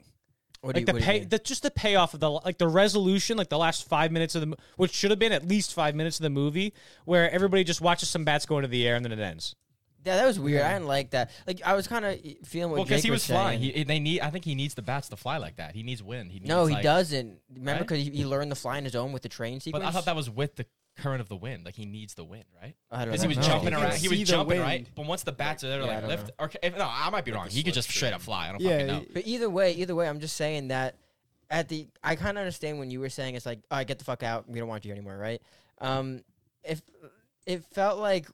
S3: what
S1: Like
S3: do you-
S1: the
S3: what do you
S1: pay,
S3: mean?
S1: the, just the payoff of the like the resolution, like the last five minutes of the, mo- which should have been at least five minutes of the movie, where everybody just watches some bats go into the air and then it ends.
S3: Yeah, that was weird. I didn't like that. Like I was kind of feeling what
S2: Well,
S3: Jake
S2: because he was
S3: saying.
S2: flying. He, they need. I think he needs the bats to fly like that. He needs wind. He needs,
S3: no, he
S2: like-
S3: doesn't. Remember,
S2: Right?
S3: because he, he learned to fly on his own with the train
S2: But
S3: sequence.
S2: I thought that was with the current of the wind. Like he needs the wind, right?
S3: I don't
S2: Because he was
S3: know.
S2: jumping
S4: He can
S2: around. He was
S4: see the
S2: jumping,
S4: wind.
S2: right? But once the bats are there, to,
S3: Yeah, I
S2: like
S3: don't
S2: lift. Or, if, no, I might be wrong. He could just straight up fly. I don't
S4: Yeah,
S2: fucking know.
S3: But either way, either way, I'm just saying that at the I kind of understand when you were saying it's like, all right, get the fuck out. We don't want you anymore, right? Um, if it felt like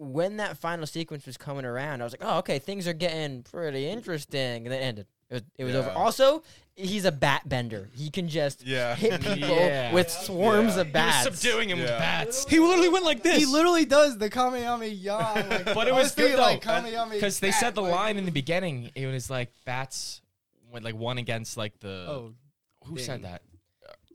S3: when that final sequence was coming around, I was like, oh, okay, things are getting pretty interesting, and then it ended. It was, it was over.
S5: Yeah.
S3: Also, he's a bat bender. He can just
S5: Yeah.
S3: hit people
S2: Yeah.
S3: with swarms
S5: Yeah.
S3: of bats.
S2: He was subduing him
S5: Yeah.
S2: with bats.
S1: He literally went like this.
S4: He literally does the Kamehameha. Like,
S2: <laughs> But it was
S4: honestly,
S2: good though,
S4: like Kamehameha.
S2: because they
S4: back,
S2: said the
S4: like-
S2: line in the beginning. It was like bats went like one against like the
S4: Oh,
S2: who
S4: dang.
S2: said that?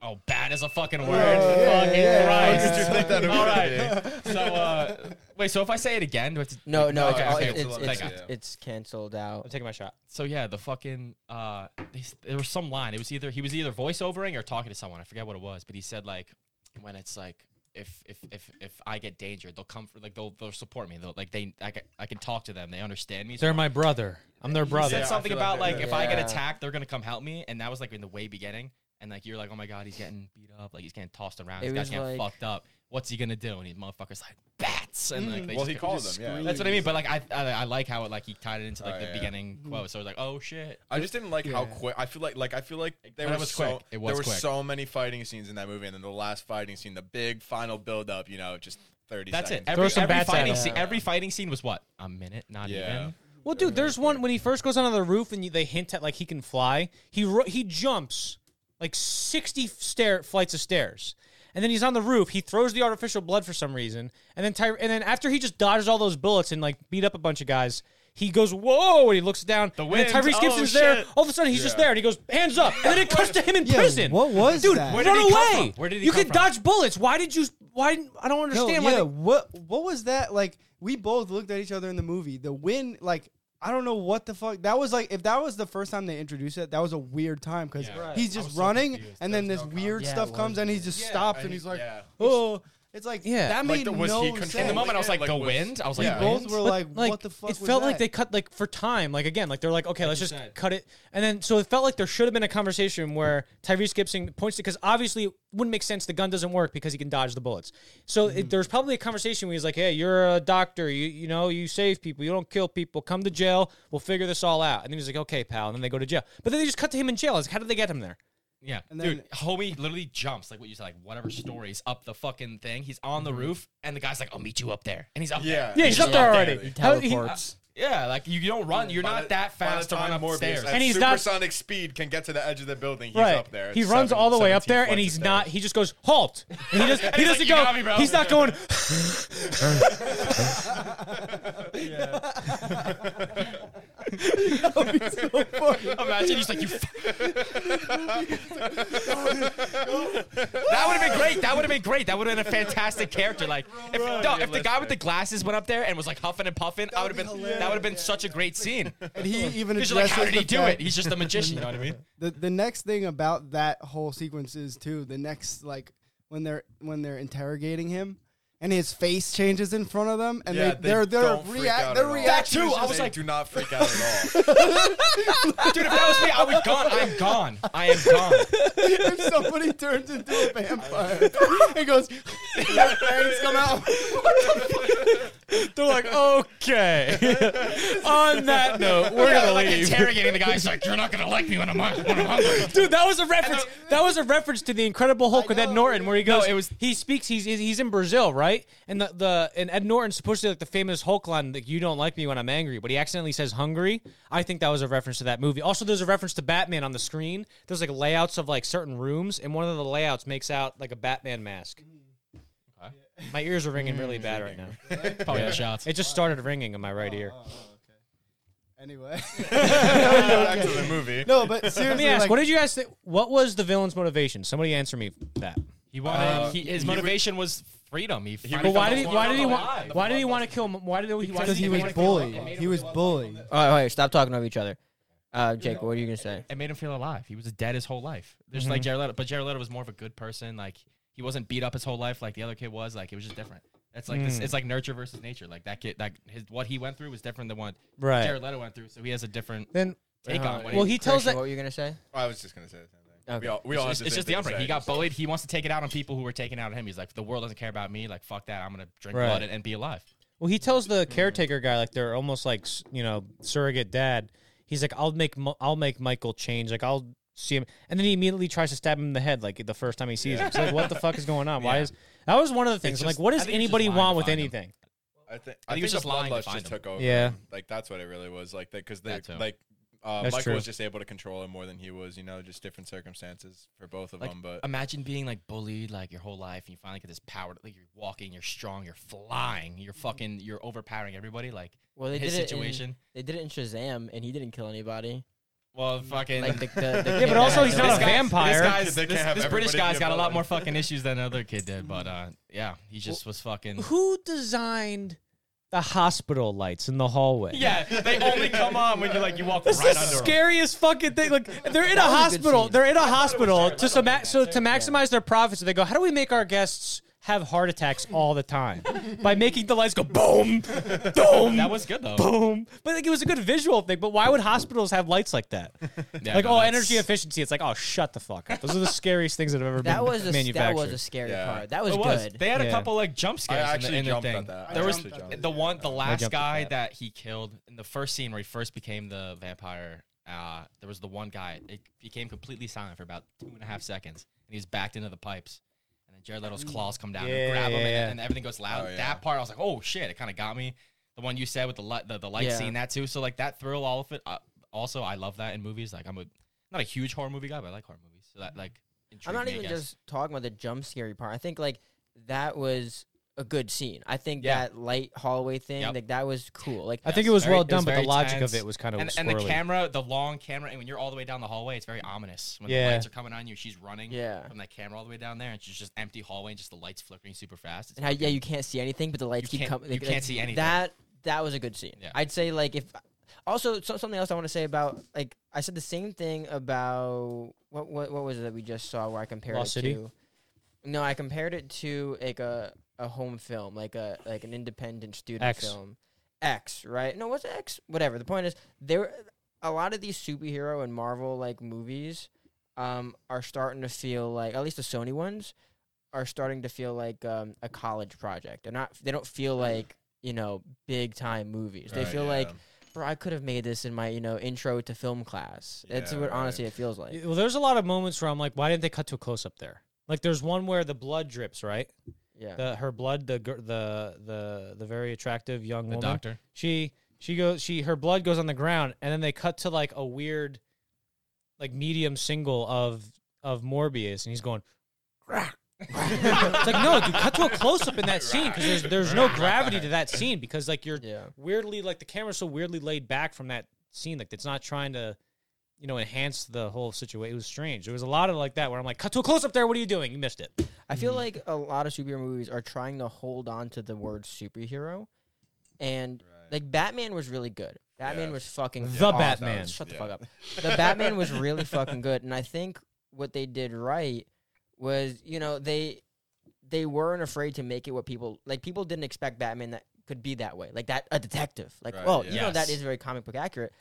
S2: Oh, bat is a fucking word.
S4: yeah,
S2: fucking
S4: yeah.
S2: Christ.
S5: Did you think that it
S2: All
S5: would
S2: right. So uh, wait. So if I say it again, do I have to-
S3: No, no,
S2: Okay,
S3: it's,
S2: okay,
S3: it's, it's,
S2: okay.
S3: it's,
S5: Yeah.
S3: it's canceled
S1: I'm
S3: out.
S1: taking my shot.
S2: So yeah, the fucking uh, they, s- there was some line. It was either he was either voiceovering or talking to someone. I forget what it was, but he said like when it's like if if if if I get danger, they'll come for like they'll they'll support me. They'll like they I can, I can talk to them. They understand me. So
S1: They're my brother. I'm their
S2: he
S1: brother.
S2: said
S5: Yeah, I
S2: something
S5: feel
S2: about
S5: like
S2: like
S5: that-
S2: if I get
S3: Yeah.
S2: attacked, they're gonna come help me, and that was like in the way beginning. And like you're like, oh my god, he's getting beat up, like he's getting tossed around,
S3: It
S2: he's
S3: was
S2: getting
S3: like-
S2: fucked up. What's he gonna do? And these motherfuckers like bats, and like they
S5: well,
S2: just
S5: he
S2: go-
S5: called them. Yeah.
S2: That's what I mean. But like I, I I like how it like he tied it
S5: Oh,
S2: into like the
S5: yeah, yeah.
S2: beginning quote. So I was like, oh shit.
S5: I just didn't like how
S4: Yeah.
S5: quick. I feel like like I feel like there
S2: But it
S5: was,
S2: was
S5: so
S2: quick. It was
S5: there were
S2: quick.
S5: so many fighting scenes in that movie, and then the last fighting scene, the big final build up. You know, just thirty.
S2: That's it.
S5: seconds.
S2: Every,
S1: Throw some
S2: every
S1: bats at
S2: fighting
S1: him.
S2: scene. Every fighting scene was what a minute, not
S5: Yeah.
S2: even.
S1: Well, dude, there's one when he first goes onto the roof and you, they hint at like he can fly. He ru- he jumps like sixty stair flights of stairs, and then he's on the roof. He throws the artificial blood for some reason, and then Ty- and then after he just dodges all those bullets and like beat up a bunch of guys. He goes, whoa, and he looks down.
S2: The
S1: and then
S2: wind.
S1: Tyrese
S2: Oh,
S1: Gibson's
S2: shit.
S1: there. All of a sudden, he's just
S5: Yeah.
S1: there, and he goes, hands up. And then it cuts to him in
S4: Yeah,
S1: prison.
S4: what was
S1: Dude,
S4: that?
S2: Where did
S1: run
S2: he come
S1: away.
S2: from? Where did he
S1: you
S2: come
S1: can
S2: from?
S1: dodge bullets. Why did you, why, didn't- I don't
S4: No,
S1: understand why
S4: yeah,
S1: they-
S4: what what was that like? We both looked at each other in the movie. The wind, like I don't know what the fuck that was like. If that was the first time they introduced it, that was a weird time because
S2: Yeah. Right.
S4: he's
S2: I
S4: just
S2: was so
S4: running,
S2: confused.
S4: and
S2: There
S4: then
S2: was
S4: this
S2: no
S4: weird
S3: Yeah, it
S4: stuff
S3: was
S4: comes, and he just
S5: Yeah,
S4: stops, and
S5: he-
S4: he's like,
S5: yeah.
S4: "Oh, It's like
S7: Yeah.
S4: that
S5: Like,
S4: made
S5: the- was
S4: no
S5: he controlling
S4: sense.
S2: In the moment, I was like,
S5: Like,
S2: the
S5: was-
S2: wind. I was
S4: we
S2: like,
S5: Yeah.
S4: both
S2: wind?
S4: were like,
S1: like,
S4: what the fuck?
S1: It
S4: was
S1: felt
S4: that?
S1: like they cut like for time. Like again, like they're like, okay, let's
S2: you
S1: just
S2: said.
S1: cut it. And then so it felt like there should have been a conversation where Tyrese Gibson points to because obviously it wouldn't make sense. The gun doesn't work because he can dodge the bullets. So
S4: Mm-hmm.
S1: it, there's probably a conversation where he's like, hey, you're a doctor. You you know you save people. You don't kill people. Come to jail. We'll figure this all out. And then he's like, okay, pal. And then they go to jail. But then they just cut to him in jail. It's Like, how did they get him there?
S2: Yeah,
S4: And then-
S2: dude, homie literally jumps like what you said, like whatever stories up the fucking thing. He's on the roof, and the guy's like, "I'll meet you up there," and he's up
S5: Yeah.
S2: there.
S1: Yeah, he's up there
S5: there.
S1: already.
S5: He
S1: How- he- Uh,
S7: teleports.
S2: Yeah, like you, you don't run. You're
S5: By
S2: not
S5: the-
S2: that
S5: by the
S2: fast to run
S5: time
S2: upstairs.
S5: at
S1: And he's not-
S5: supersonic speed can get to the edge of the building. He's
S1: right.
S5: up there.
S1: He
S5: It's
S1: runs
S5: seven-
S1: all the way up
S5: 17
S1: there,
S5: flights
S1: and
S5: of
S1: he's
S5: stairs.
S1: not. He just goes halt. And he doesn't. he
S2: He's like,
S1: doesn't
S2: "You
S1: go.
S2: got me, bro."
S1: he's not going.
S2: <laughs> Imagine he's
S5: <laughs>
S2: like, "You." <laughs> F- that would have been great. That would have been great. That would have been a fantastic character. Like, if, no, if the guy with the glasses went up there and was like huffing and puffing, I would have been. That would have been such a great scene.
S4: And
S2: <laughs>
S4: he even addresses
S2: Because you're like, how did
S4: the
S2: he do
S4: fact-
S2: it? He's just a magician. You know what
S1: <laughs>
S2: I mean?
S4: the the next thing about that whole sequence is too the next like when they're when they're interrogating him and his face changes in front of them and
S5: Yeah,
S4: they, are they're
S5: don't freak
S4: react
S5: out
S4: their
S5: at all.
S4: reaction
S2: too,
S4: is
S2: I
S4: just-
S2: was
S5: They
S2: like-
S5: do not freak out at all.
S2: Dude, if that was me, I would gone. I'm gone. I am gone.
S4: if somebody turns into a vampire and goes their fangs come out
S1: <laughs> They're like,
S2: <laughs>
S1: okay. On that note, we're gonna
S2: like
S1: leave.
S2: interrogating the guy. He's like, "You're not gonna like me when I'm hung- when I'm hungry." uh,
S1: Dude, that was a reference. That was a reference to the Incredible Hulk with Ed Norton, where he goes.
S2: it was-
S1: He speaks. He's he's- he's in Brazil, right? And the, the and Ed Norton's supposed to be like the famous Hulk line that you don't like me when I'm angry, but he accidentally says hungry. I think that was a reference to that movie. Also, there's a reference to Batman on the screen. There's like layouts of like certain rooms, and one of the layouts makes out like a Batman mask. My ears are ringing really bad right now.
S2: Probably the shots.
S1: It just started ringing in my right ear.
S2: Uh,
S4: anyway
S5: Back to the movie.
S4: no but seriously
S1: Let me ask,
S4: like,
S1: what did you guys think? What was the villain's motivation? Somebody answer me that.
S2: He wanted. he, his motivation was freedom. He.
S1: But
S5: But He
S1: why
S5: felt
S1: did Uh, he?
S5: the
S1: Why did he want? Why did
S5: warmth of
S1: he want to kill? him? Why did he? Why did
S4: because he
S1: he
S4: was
S1: want to kill?
S4: bullied he was bullied
S3: All right, wait, stop talking over each other. Uh, Jake, what are you gonna say?
S2: It made him feel alive. He was dead his whole life. There's like Jared Leto, but Jared Leto was more of a good person. Like he wasn't beat up his whole life like the other kid was. Like it was just different. It's like this, it's like nurture versus nature. Like that kid, like his what he went through was different than what
S1: Right.
S2: Jared Leto went through. So he has a different
S1: Then,
S2: take on. Uh, What
S1: well, he tells
S3: Christian,
S1: that.
S3: what were you gonna say?
S5: I was just gonna say the same thing.
S3: Okay.
S5: We all, we all
S2: It's,
S5: have
S2: it's
S5: same
S2: just
S5: thing
S2: the
S5: to
S2: upbringing. He
S5: say.
S2: got bullied. He wants to take it out on people who were taking it out on him. He's like, the world doesn't care about me. Like fuck that. I'm gonna drink
S1: Right.
S2: blood and, and be alive.
S1: Well, he tells the caretaker guy like they're almost like s- you know surrogate dad. He's like, I'll make Mo- I'll make Michael change. Like I'll see him, and then he immediately tries to stab him in the head like the first time he sees him. It's like, what the fuck is going on? Why
S2: Yeah.
S1: is that was one of the things.
S2: It's
S1: I'm
S2: just-
S1: like, what does
S2: I think he's just
S1: anybody
S2: lying
S1: want
S2: to
S1: with
S2: find him.
S1: anything?
S5: I think
S2: I
S5: I
S2: think he
S5: think
S2: was
S5: the
S2: just lying to
S5: bloodlust
S2: find
S5: just
S2: him.
S5: took over.
S1: Yeah.
S5: him. like that's what it really was. Like because they
S2: That too.
S5: like uh,
S1: That's
S5: Michael
S1: true.
S5: was just able to control him more than he was. You know, just different circumstances for both of
S2: Like, um,
S5: them. But
S2: imagine being like bullied like your whole life and you finally get this power like you're walking you're strong you're flying you're fucking you're overpowering everybody like
S3: Well, they
S2: his
S3: did it in-
S2: situation
S3: They did it in Shazam, and he didn't kill anybody.
S2: well fucking
S3: Like
S2: <laughs>
S3: the, the, the
S1: Yeah,
S3: kid
S1: but
S3: that
S1: also
S3: had
S1: he's
S3: no
S1: not a
S3: legs.
S1: vampire.
S2: this guy's
S5: They
S2: this,
S5: can't have
S2: this British
S5: everybody
S2: guy's
S5: be
S2: got a lot
S5: villain.
S2: more fucking issues than the other kid did but uh yeah he just was fucking
S1: Who designed the hospital lights in the hallway?
S2: <laughs> yeah they only come on when you like you walk
S1: This
S2: right
S1: is the
S2: under 'em.
S1: scariest fucking thing.
S2: <laughs>
S1: Like they're in a
S3: was a good
S1: hospital.
S3: scene.
S1: They're in a hospital to so, so to maximize their profits. They go, how do we make our guests have heart attacks all the time
S2: <laughs>
S1: by making the lights go boom, boom,
S2: that was good though
S1: boom? But like it was a good visual thing. But why would hospitals have lights like that?
S2: <laughs> Yeah,
S1: like
S2: no,
S1: oh,
S2: that's-
S1: energy efficiency. It's like oh, shut the fuck up. Those are the scariest things that have ever
S3: That
S1: been
S3: was a, that
S1: manufactured.
S3: was a scary
S5: Yeah.
S3: part. That was,
S2: it was.
S3: good.
S2: They had
S1: Yeah.
S2: a couple like jump scares. in the-
S5: actually
S2: in the,
S5: jumped
S2: thing.
S5: at that. I
S2: There was
S5: jumped at that.
S2: the one, the last
S1: jumped at
S2: guy
S1: that.
S2: that. he killed in the first scene where he first became the vampire. Uh, there was the one guy. It became completely silent for about two and a half seconds, and he was backed into the pipes. And then Jared Leto's claws come down
S1: Yeah,
S2: and grab him,
S1: yeah,
S2: and,
S1: yeah.
S2: and everything goes loud.
S5: Oh, yeah.
S2: That part, I was like, oh shit! It kind of got me. The one you said with the light, the, the light
S3: Yeah.
S2: scene, that too. So like that thrill, all of it. Uh, also, I love that in movies. Like I'm a not a huge horror movie guy, but I like horror movies. So that like
S3: I'm
S2: intrigued
S3: not
S2: me, I
S3: even
S2: guess.
S3: just talking about the jump scary part. I think like that was a good scene. I think
S2: Yeah.
S3: that light hallway thing,
S2: Yep.
S3: like that was cool. Like
S1: I think
S2: Yes,
S1: it was
S2: very-
S1: well
S2: it was
S1: done, but the
S2: very
S1: logic
S2: tense.
S1: of it was kind of
S2: and, and the camera, the long camera, and when you're all the way down the hallway, it's very ominous. When
S1: Yeah.
S2: the lights are coming on you, she's running
S3: Yeah.
S2: from that camera all the way down there, and she's just empty hallway, and just the lights flickering super fast. It's
S3: and how yeah, you can't see anything, but the lights
S2: You
S3: keep
S2: can't-
S3: coming.
S2: you
S3: like-
S2: can't
S3: like,
S2: see anything.
S3: That that was a good scene.
S2: Yeah.
S3: I'd say like if also so, something else I want to say about like I said the same thing about what what what was it that we just saw where I compared
S1: Lost
S3: it
S1: City?
S3: to. No, I compared it to like a a home film, like a like an independent student
S1: X.
S3: film. X, right? No, what's X? Whatever. The point is, there a lot of these superhero and Marvel like movies um, are starting to feel like at least the Sony ones are starting to feel like um, a college project. They're not. They don't feel like you know big time movies. They
S5: Right,
S3: feel
S5: yeah.
S3: like. Bro, I could have made this in my, you know, intro to film class. That's
S5: Yeah,
S3: what
S5: right.
S3: honestly it feels like.
S1: Well, there's a lot of moments where I'm like, why didn't they cut to a close up there? Like, there's one where the blood drips, right?
S3: Yeah.
S1: The her blood, the gir- the the the very attractive young
S2: The
S1: woman.
S2: doctor.
S1: She she goes she her blood goes on the ground, and then they cut to like a weird, like medium single of of Morbius, and he's going. "Grah." it's like no, dude, cut to a close up in that scene because there's there's no gravity to that scene because like you're
S3: yeah.
S1: weirdly like the camera's so weirdly laid back from that scene like it's not trying to you know enhance the whole situation it was strange there was a lot of like that where i'm like cut to a close up there what are you doing you missed it
S3: I
S5: Mm.
S3: feel like a lot of superhero movies are trying to hold on to the word superhero, and like Batman was really good. Batman
S5: Yeah.
S3: was fucking
S1: The
S3: awesome.
S1: Batman.
S3: Shut the
S5: Yeah.
S3: fuck up. The Batman was really fucking good, and I think what they did right was you know they they weren't afraid to make it what people like. People didn't expect Batman that could be that way, like that a detective. Like,
S5: Right,
S3: well,
S5: yeah.
S3: you know that
S2: Yes.
S3: is very comic book accurate,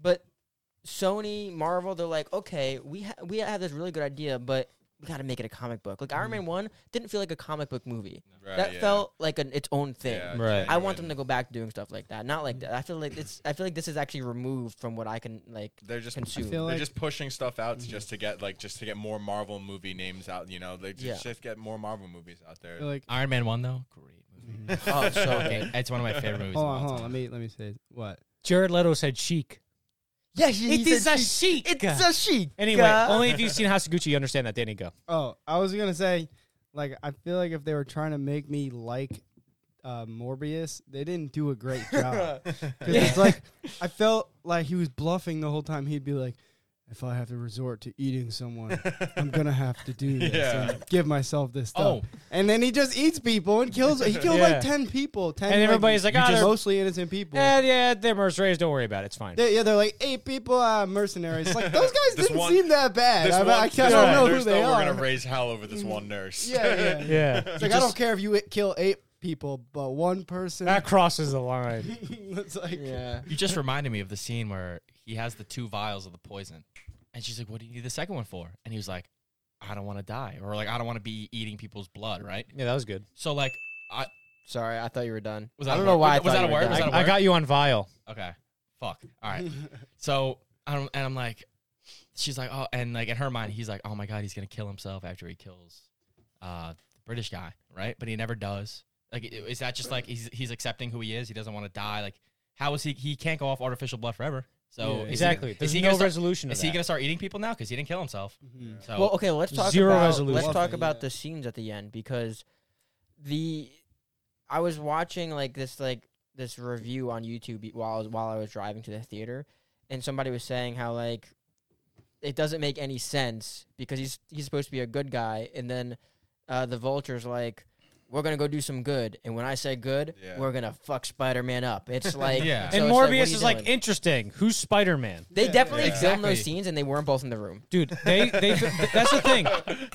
S3: but Sony, Marvel, they're like, okay, we ha- we have this really good idea, but we got to make it a comic book. Like Iron Man One didn't feel like a comic book movie.
S5: Hmm. Right,
S3: that
S5: yeah.
S3: felt like an its own thing.
S5: Yeah,
S1: Right.
S3: I want them
S5: genuine.
S3: to go back to doing stuff like that, not like that. I feel like it's. I feel like this is actually removed from what I can
S5: <laughs>
S3: like
S5: They're just
S3: consume.
S4: feel
S5: they're
S4: like- Mm-hmm.
S5: just pushing stuff out to just to get like just to get more Marvel movie names out. You know, they just,
S3: Yeah.
S5: just get more Marvel movies out there.
S4: You're like,
S2: Iron Man one though, great
S1: <laughs>
S2: movie.
S3: oh, so
S2: Okay, <laughs> it's one of my favorite movies.
S4: hold
S2: of
S4: on,
S2: all
S4: hold on.
S2: time.
S4: Let me let me say what.
S1: jared leto said chic
S3: yeah, he,
S1: it
S3: he
S1: is
S3: said
S1: a
S3: she-
S1: chic
S3: It's a chic.
S1: anyway
S3: uh,
S1: only if you've seen house of gucci you understand that danny go
S4: Oh, I was gonna say, like, I feel like if they were trying to make me like uh, Morbius, they didn't do a great job. 'Cause it's like I felt like he was bluffing the whole time. He'd be like, "If I have to resort to eating someone, I'm gonna have to do this and give myself this stuff."
S2: Oh.
S4: And then he just eats people and kills. He killed
S1: Yeah.
S4: like ten people. Ten.
S1: And
S4: like,
S1: everybody's like, "Ah, they're- Eh.
S4: mostly innocent people."
S1: yeah yeah they're mercenaries don't worry about it it's fine
S4: They- yeah, they're like eight people uh, mercenaries. Like those guys
S5: This
S4: didn't
S5: one-
S4: seem that bad.
S5: This
S4: I,
S5: one,
S4: I,
S5: this
S4: I
S5: one
S4: don't know who
S5: nurse,
S4: they
S5: though,
S4: are. Mm-hmm.
S5: We're gonna raise hell over this one nurse.
S4: yeah, yeah,
S1: <laughs>
S4: yeah.
S1: yeah
S4: It's like, I don't care if you kill eight people, but one person.
S1: that crosses the line
S4: <laughs> it's like,
S3: yeah.
S2: You just reminded me of the scene where he has the two vials of the poison, and she's like, "What do you need the second one for?" And he was like, "I don't want to die," or like, "I don't want to be eating people's blood," right?
S1: yeah that was good
S2: So like, I
S3: Sorry, I thought you were done.
S2: Was
S3: I
S2: that a
S3: don't
S2: word?
S3: know why. I
S2: Was that
S3: thought
S2: a
S3: you were
S2: word? Was
S3: done.
S2: that a
S1: i got you on vile
S2: okay, fuck, all right. so I don't, and I'm like, she's like, oh, and like in her mind, he's like, oh my god, he's gonna kill himself after he kills uh, the British guy, right? But he never does. Like, i- is that just like he's he's accepting who he is? He doesn't want to die. Like, how is he? He can't go off artificial blood forever. So is he-
S1: exactly
S2: is
S1: there's
S2: he
S1: no
S2: gonna start-
S1: resolution of
S2: Is he
S1: that.
S2: gonna start eating people now? Because he didn't kill himself. So
S3: Well, okay, let's talk
S1: Oh. Zero
S3: about,
S1: resolution.
S3: Let's talk
S4: Yeah.
S3: about the scenes at the end because the I was watching like this like this review on YouTube while I was, while I was driving to the theater, and somebody was saying how like it doesn't make any sense because he's he's supposed to be a good guy, and then uh, the vulture's like. We're gonna go do some good, and when I say good,
S5: Yeah.
S3: we're gonna fuck Spider-Man up. It's like
S2: Yeah.
S3: so
S1: and
S3: it's like, what
S1: morbius
S3: are you
S1: is like
S3: doing?
S1: interesting who's spider-man
S3: they definitely
S2: Yeah.
S3: filmed those
S2: Exactly.
S3: scenes, and they weren't both in the room.
S1: dude they
S2: <laughs>
S1: they that's the thing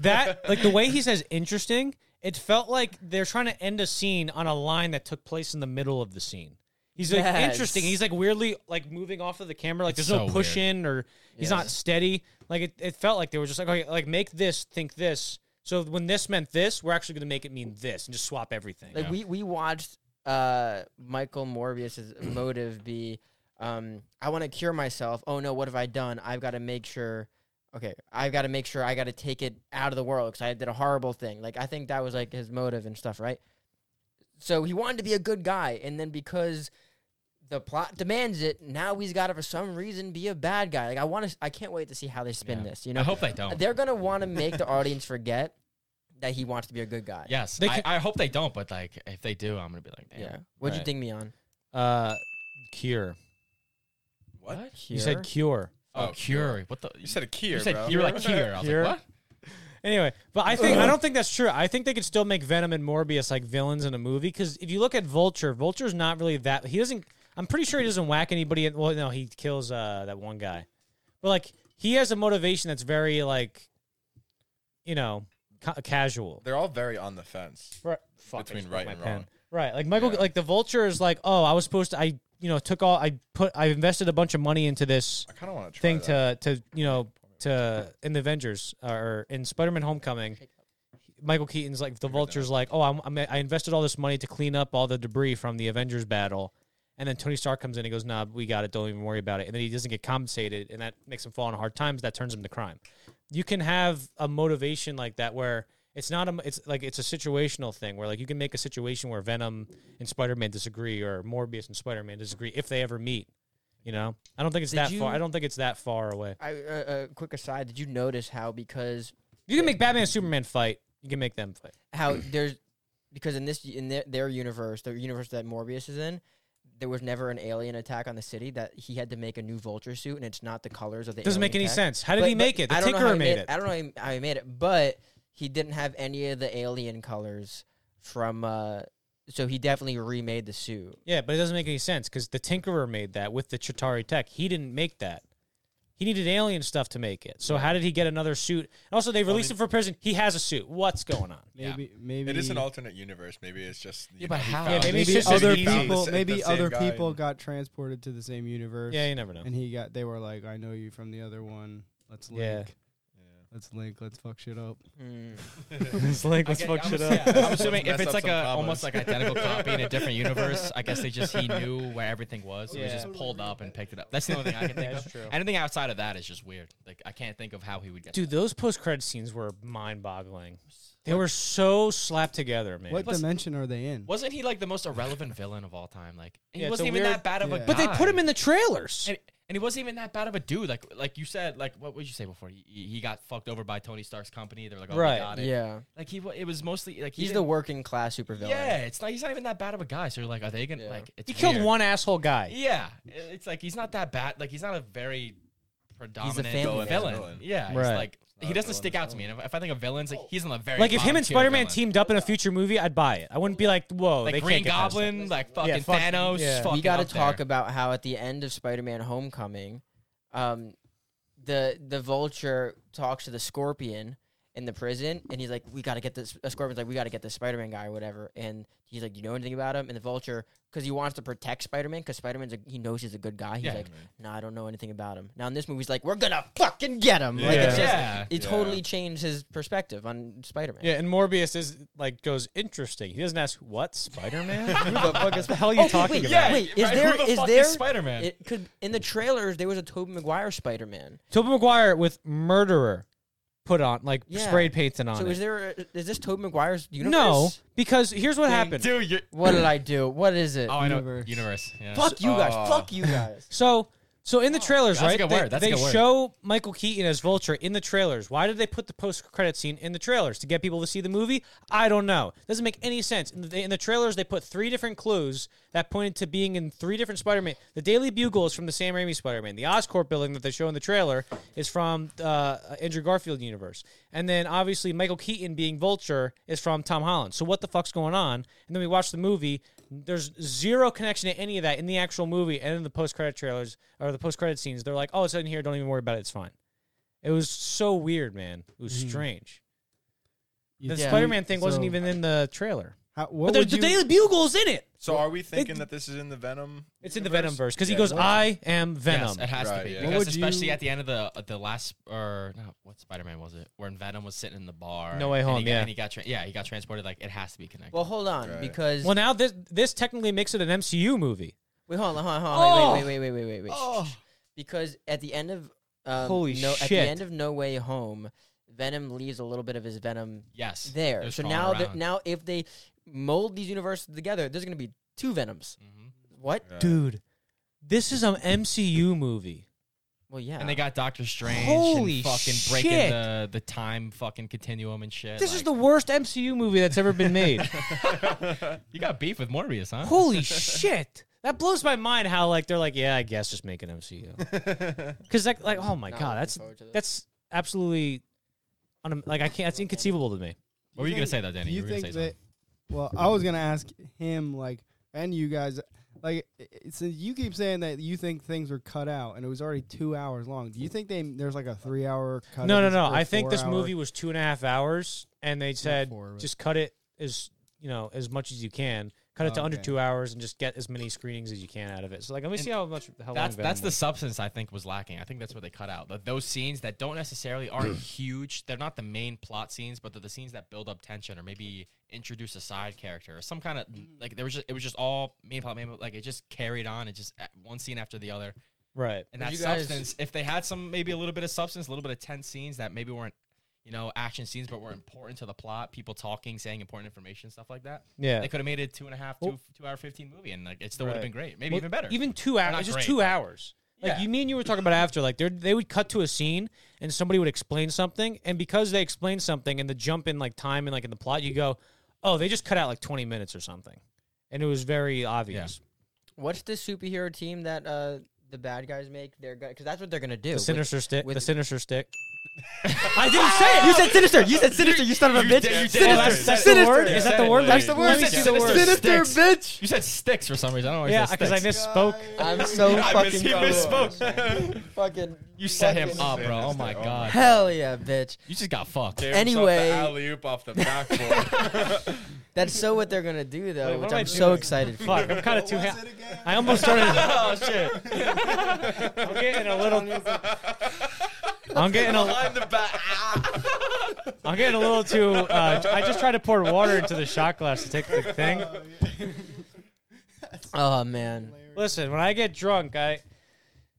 S1: that like the way he says interesting it felt like they're trying to end a scene on a line that took place in the middle of the scene he's like
S3: Yes.
S1: interesting he's like weirdly like moving off of the camera like
S2: It's
S1: there's no
S2: so
S1: push
S2: weird.
S1: in or he's not
S3: Yes.
S1: steady like it, it felt like they were just like okay like make this think this so when this meant this we're actually going to make it mean this and just swap everything
S3: Like we we watched uh Michael
S2: <clears throat>
S3: Morbius's motive be um I want to cure myself. Oh no, what have I done? I've got to make sure okay, I've got to make sure I got to take it out of the world cuz I did a horrible thing. Like I think that was like his motive and stuff, right? So he wanted to be a good guy and then because the plot demands it. Now he's got to, for some reason, be a bad guy. Like I want to. I can't wait to see how they spin this. You know,
S2: I hope they don't.
S3: they're gonna want to
S2: <laughs>
S3: make the audience forget that he wants to be a good guy.
S2: Yes,
S1: They
S2: I,
S1: could-
S2: I hope they don't. But like, if they do, I'm gonna be like, damn.
S3: yeah. What'd you
S1: Right.
S3: think me on?
S1: uh cure
S5: <laughs> What?
S1: you said cure
S2: Oh,
S5: Oh,
S2: Curie. What the?
S5: You said a
S2: you
S5: cure,
S2: said
S5: bro. <laughs>
S2: Cure, like Cure. I was
S1: Cure?
S2: like, what?
S1: Anyway, but I think I don't think that's true. I think they could still make Venom and Morbius like villains in a movie because if you look at Vulture, Vulture's not really that. He doesn't. I'm pretty sure he doesn't whack anybody. In, well, no, he kills uh, that one guy, but like he has a motivation that's very like, you know, ca- casual.
S5: They're all very on the fence.
S1: Right. Fuck, I
S5: Between
S1: just
S5: right
S1: broke
S5: and
S1: my pen.
S5: wrong.
S1: Right. Like Michael,
S5: Yeah.
S1: like the vulture is like, oh, I was supposed to, I, you know, took all, I put, I invested a bunch of money into this
S5: I kind of want to try
S1: thing
S5: that.
S1: to, to, you know, to, in the Avengers uh, or in Spider Man Homecoming. Michael Keaton's like, the vulture's like, oh, I'm, I'm, I invested all this money to clean up all the debris from the Avengers battle. And then Tony Stark comes in and goes, nah, we got it. Don't even worry about it. And then he doesn't get compensated. And that makes him fall on hard times. That turns him to crime. You can have a motivation like that where it's not a, it's like, it's a situational thing where like you can make a situation where Venom and Spider-Man disagree or Morbius and Spider-Man disagree if they ever meet, you know? I don't think it's
S3: Did
S1: that far.
S3: you-
S1: I don't think it's that far away.
S3: I, uh, uh, quick aside, did you notice how because
S1: You can make Batman and Superman fight. You can make them fight.
S3: how
S1: <clears throat>
S3: there's because in this in their, their universe, the universe that Morbius is in, there was never an alien attack on the city that he had to make a new vulture suit, and it's not the colors of the.
S1: Doesn't
S3: alien
S1: make any
S3: attack.
S1: sense. How did
S3: But-
S1: he
S3: but
S1: make it? The
S3: I don't know how
S1: Tinkerer
S3: he
S1: made it.
S3: I don't know how he made it, but he didn't have any of the alien colors from. uh So he definitely remade the suit.
S1: Yeah, but it doesn't make any sense because the Tinkerer made that with the Chitari tech. He didn't make that. He needed alien stuff to make it. So how did he get another suit? And also, they released him for prison. He has a suit. What's going on?
S2: Yeah.
S4: Maybe maybe
S5: It is an alternate universe. Maybe it's just you
S2: Yeah, but
S5: know, he
S2: how?
S5: found-
S1: Yeah, maybe it's
S4: maybe
S1: just
S4: other
S1: he found the
S4: people
S5: sa- the
S4: maybe
S5: same
S4: other
S5: guy
S4: people
S5: and-
S4: got transported to the same universe.
S1: Yeah, you never know.
S4: And he got they were like, I know you from the other one. Let's link.
S1: Yeah.
S4: Let's link. Let's fuck shit up.
S1: It's like, let's
S2: Okay,
S1: fuck
S2: I'm
S1: shit
S2: ass-
S1: up.
S2: yeah, I'm assuming
S5: Let's
S2: if
S5: mess
S2: it's
S5: up
S2: like a
S5: some commas.
S2: almost like identical copy in a different universe, I guess they just he knew where everything was. So he
S1: Yeah.
S2: just pulled up and picked it up. That's the only thing I can think
S1: That's
S2: of.
S1: true.
S2: Anything outside of that is just weird. Like I can't think of how he would get.
S1: Dude, those post credit scenes were mind boggling. They were so slapped together, man.
S4: What
S2: Plus-
S4: dimension are they in?
S2: Wasn't he like the most irrelevant villain of all time? Like he
S1: Yeah, it's a
S2: wasn't even
S1: weird-
S2: that bad of a.
S4: yeah.
S1: But they put him
S2: guy.
S1: in the trailers.
S2: And, and he wasn't even that bad of a dude. Like like you said, like what would you say before? He, he got fucked over by Tony Stark's company. They're like, oh,
S1: Right.
S2: we got it.
S3: Yeah,
S2: Like he wa- it was mostly like he
S3: he's the
S2: didn't-
S3: working class supervillain.
S2: Yeah, it's not. He's not even that bad of a guy. So you're like, are they gonna
S3: Yeah.
S2: like? It's
S1: He killed
S2: weird.
S1: one asshole guy.
S2: Yeah, i- it's like he's not that bad. Like he's not a very predominant
S3: family
S2: villain.
S5: Villain as villain.
S2: Yeah, he's
S1: Right.
S2: like
S5: Not
S2: he
S5: a
S2: doesn't
S5: villain
S2: stick
S5: as
S2: out to me. And if, if I think of villains, like he's in the very
S1: Like if him
S2: bottom
S1: and
S2: tier
S1: Spider Man
S2: villain.
S1: teamed up in a future movie, I'd buy it. I wouldn't be like, whoa,
S2: like
S1: they
S2: Green
S1: can't get past that.
S2: Goblin, like fucking
S1: fuck-
S2: Thanos.
S1: yeah. We
S2: fucking
S3: we got to
S2: up
S3: talk
S2: there.
S3: about how at the end of Spider-Man: Homecoming, um, the the Vulture talks to the Scorpion in the prison, and he's like, "We got to get this." A Scorpion's like, "We got to get this Spider-Man guy or whatever," and he's like, "You know anything about him?" And the Vulture, because he wants to protect Spider-Man, because Spider-Man's a, he knows he's a good guy. He's
S2: Yeah.
S3: like, "No, I don't know anything about him." Now in this movie, he's like, "We're gonna fucking get him!" Like,
S1: Yeah.
S3: it's just,
S2: Yeah.
S3: it
S5: Yeah.
S3: totally changed his perspective on Spider-Man.
S1: Yeah, and Morbius is like goes interesting. He doesn't ask what Spider
S3: <laughs>
S1: Man. Who
S3: the fuck
S1: the hell are you
S3: Oh,
S1: talking
S3: wait,
S1: about?
S2: Yeah,
S3: wait, is
S2: right, who
S3: there-
S2: the
S3: is
S2: fuck
S3: there-
S2: Spider-Man?
S3: It could in the trailers there was a Tobey Maguire Spider-Man.
S1: Tobey Maguire with murderer put on like
S3: Yeah.
S1: spray painted on
S3: So
S1: it.
S3: is there a, is this Tobey Maguire's universe?
S1: no, because here's what happened.
S2: dude. You're,
S3: What did I do? What is it?
S2: oh, I know.
S4: Universe.
S2: Universe. yeah.
S3: <laughs> Fuck you guys.
S5: Oh.
S1: <laughs>
S3: Fuck you guys.
S1: So so in the trailers,
S2: Oh, that's a
S1: right?
S2: good
S1: they
S2: word, that's a
S1: they
S2: good word.
S1: show Michael Keaton as Vulture in the trailers. Why did they put the post credit scene in the trailers to get people to see the movie? I don't know. Doesn't make any sense. In the, in the trailers, they put three different clues that pointed to being in three different Spider Man. The Daily Bugle is from the Sam Raimi Spider Man. The Oscorp building that they show in the trailer is from uh, Andrew Garfield universe. And then obviously Michael Keaton being Vulture is from Tom Holland. So what the fuck's going on? And then we watch the movie. There's zero connection to any of that in the actual movie and in the post credit trailers or the post credit scenes. They're like, oh, it's in here. Don't even worry about it. It's fine. It was so weird, man. It was strange.
S4: You
S1: The
S4: think-
S1: Spider-Man thing wasn't
S4: so
S1: even in the trailer.
S4: How,
S1: But
S4: what
S1: the,
S4: would
S1: the
S4: you-
S1: Daily Bugle's in it.
S5: So are we thinking that this is in the Venom? <laughs>
S1: It's in the
S5: universe?
S1: Venom verse because
S5: Yeah,
S1: he goes,
S5: what-
S1: "I am Venom."
S2: Yes, it has
S5: Right,
S2: to be
S5: yeah. What
S2: because
S4: would
S2: especially
S4: you-
S2: at the end of the uh, the last or no, what Spider-Man was it? When Venom was sitting in the bar.
S1: No Way
S2: and he
S1: Home,
S2: got-
S1: yeah.
S2: and he got tra- yeah, he got transported. Like it has to be connected.
S3: Well, hold on
S5: Right.
S3: because
S1: well, now this this technically makes it an MCU movie.
S3: wait, hold on, hold on, hold on, wait,
S1: Oh.
S3: wait, wait, wait, wait, wait, wait.
S2: Oh.
S3: Because at the end of um,
S1: Holy
S3: no, at the
S1: shit.
S3: end of No Way Home, Venom leaves a little bit of his Venom
S2: yes, It
S3: there.
S2: was
S3: So
S2: crawling
S3: now, that
S2: around.
S3: now if they mold these universes together, there's gonna be two Venoms.
S2: Mhm.
S1: Mm-hmm.
S3: What?
S5: Yeah.
S1: Dude, this is an MCU movie.
S3: Well, yeah.
S1: oh
S2: And they got Doctor Strange
S1: Holy
S2: and fucking
S1: shit.
S2: breaking the, the time fucking continuum and shit.
S1: This
S2: like,
S1: is the worst MCU movie that's ever been made.
S2: You got beef with Morbius, huh? <laughs>
S1: Holy shit. That blows my mind how like they're like, yeah, I guess just make an
S3: <laughs>
S1: MCU. Cuz like like oh my
S3: Not
S1: god,
S3: looking
S1: that's
S3: forward to this.
S1: that's absolutely un- like I can't that's inconceivable to me.
S2: What were you gonna
S4: think-
S2: say though, Danny?
S4: You
S2: were
S4: think
S2: gonna say
S4: that? Well, I was gonna ask him like, and you guys. Like, i- i- since you keep saying that you think things were cut out, and it was already two hours long. Do you think they there's like a three hour cut?
S1: No,
S4: of
S1: no,
S4: this
S1: no.
S4: or
S1: I think this
S4: four-hour-
S1: movie was two and a half hours, and they said
S4: four, but-
S1: just cut it as you know as much as you can. Cut it to under
S4: Okay.
S1: two hours and just get as many screenings as you can out of it. So like, let me see how much how
S2: That's
S1: long. Venom
S2: that's the
S1: was.
S2: substance I think was lacking. I think that's what they cut out. Th- Those scenes that don't
S1: <clears throat>
S2: necessarily aren't huge. They're not the main plot scenes, but they're the scenes that build up tension or maybe introduce a side character or some kind of like there was just it was just all main plot main plot, like it just carried on. It just uh, one scene after the other.
S1: right.
S3: But
S2: And that
S3: you guys-
S2: substance, if they had some maybe a little bit of substance, a little bit of tense scenes that maybe weren't you know action scenes but were important to the plot, people talking, saying important information, stuff like that.
S1: Yeah.
S2: They could have made it two and a half, two
S1: Well-
S2: two hour fifteen movie, and like it still would
S1: Right.
S2: have been great, maybe
S1: Well,
S2: even better.
S1: Even two hours,
S2: not
S1: just
S2: great,
S1: two
S2: but-
S1: hours. Like
S2: Yeah.
S1: you mean you were talking about after, like they they would cut to a scene and somebody would explain something, and because they explained something and the jump in like time and like in the plot, you go, oh, they just cut out like twenty minutes or something, and it was very obvious.
S3: What's the superhero team that uh, the bad guys make? They're because that's what they're gonna do.
S1: The
S3: with-
S1: sinister stick, the
S3: with-
S1: sinister stick. <laughs> I didn't say it.
S3: <laughs> You said sinister. You said sinister. You son of a bitch.
S2: did- you did.
S3: sinister.
S2: That's-
S1: that's the
S3: sinister.
S1: word? Is that the word?
S2: That's
S1: Let
S2: the
S1: me- let
S2: word.
S1: me
S2: That's
S1: see the
S2: the
S1: word.
S2: word.
S3: Sinister
S2: Sticks.
S3: bitch.
S2: You said sticks for some reason. I don't know. why
S1: Yeah,
S2: you said
S1: because I
S2: sticks.
S3: <laughs>
S1: misspoke. <laughs>
S3: I'm so fucking.
S5: miss- he
S3: dumb.
S4: <laughs>
S5: misspoke.
S3: Fucking.
S2: You set him up,
S5: Sinister.
S2: bro. Oh my
S5: Oh my
S2: god.
S3: Hell yeah, bitch.
S2: You just got fucked.
S3: Anyway.
S5: alley oop off
S4: <laughs>
S5: the backboard.
S3: That's so what they're gonna do though,
S1: Wait, what
S3: which
S1: am I
S3: I'm so
S1: doing? <laughs>
S3: excited for.
S1: Fuck, I'm kind of
S4: What
S1: too.
S4: was
S1: Ha-
S4: it again?
S1: I almost
S2: <laughs>
S1: started.
S2: Oh shit.
S1: I'm getting a little. I'm getting a.
S2: I'm the back.
S1: <laughs> I'm getting a little too. Uh, I just tried to pour water into the shot glass to take the thing.
S3: Oh man,
S1: Listen, when I get drunk, I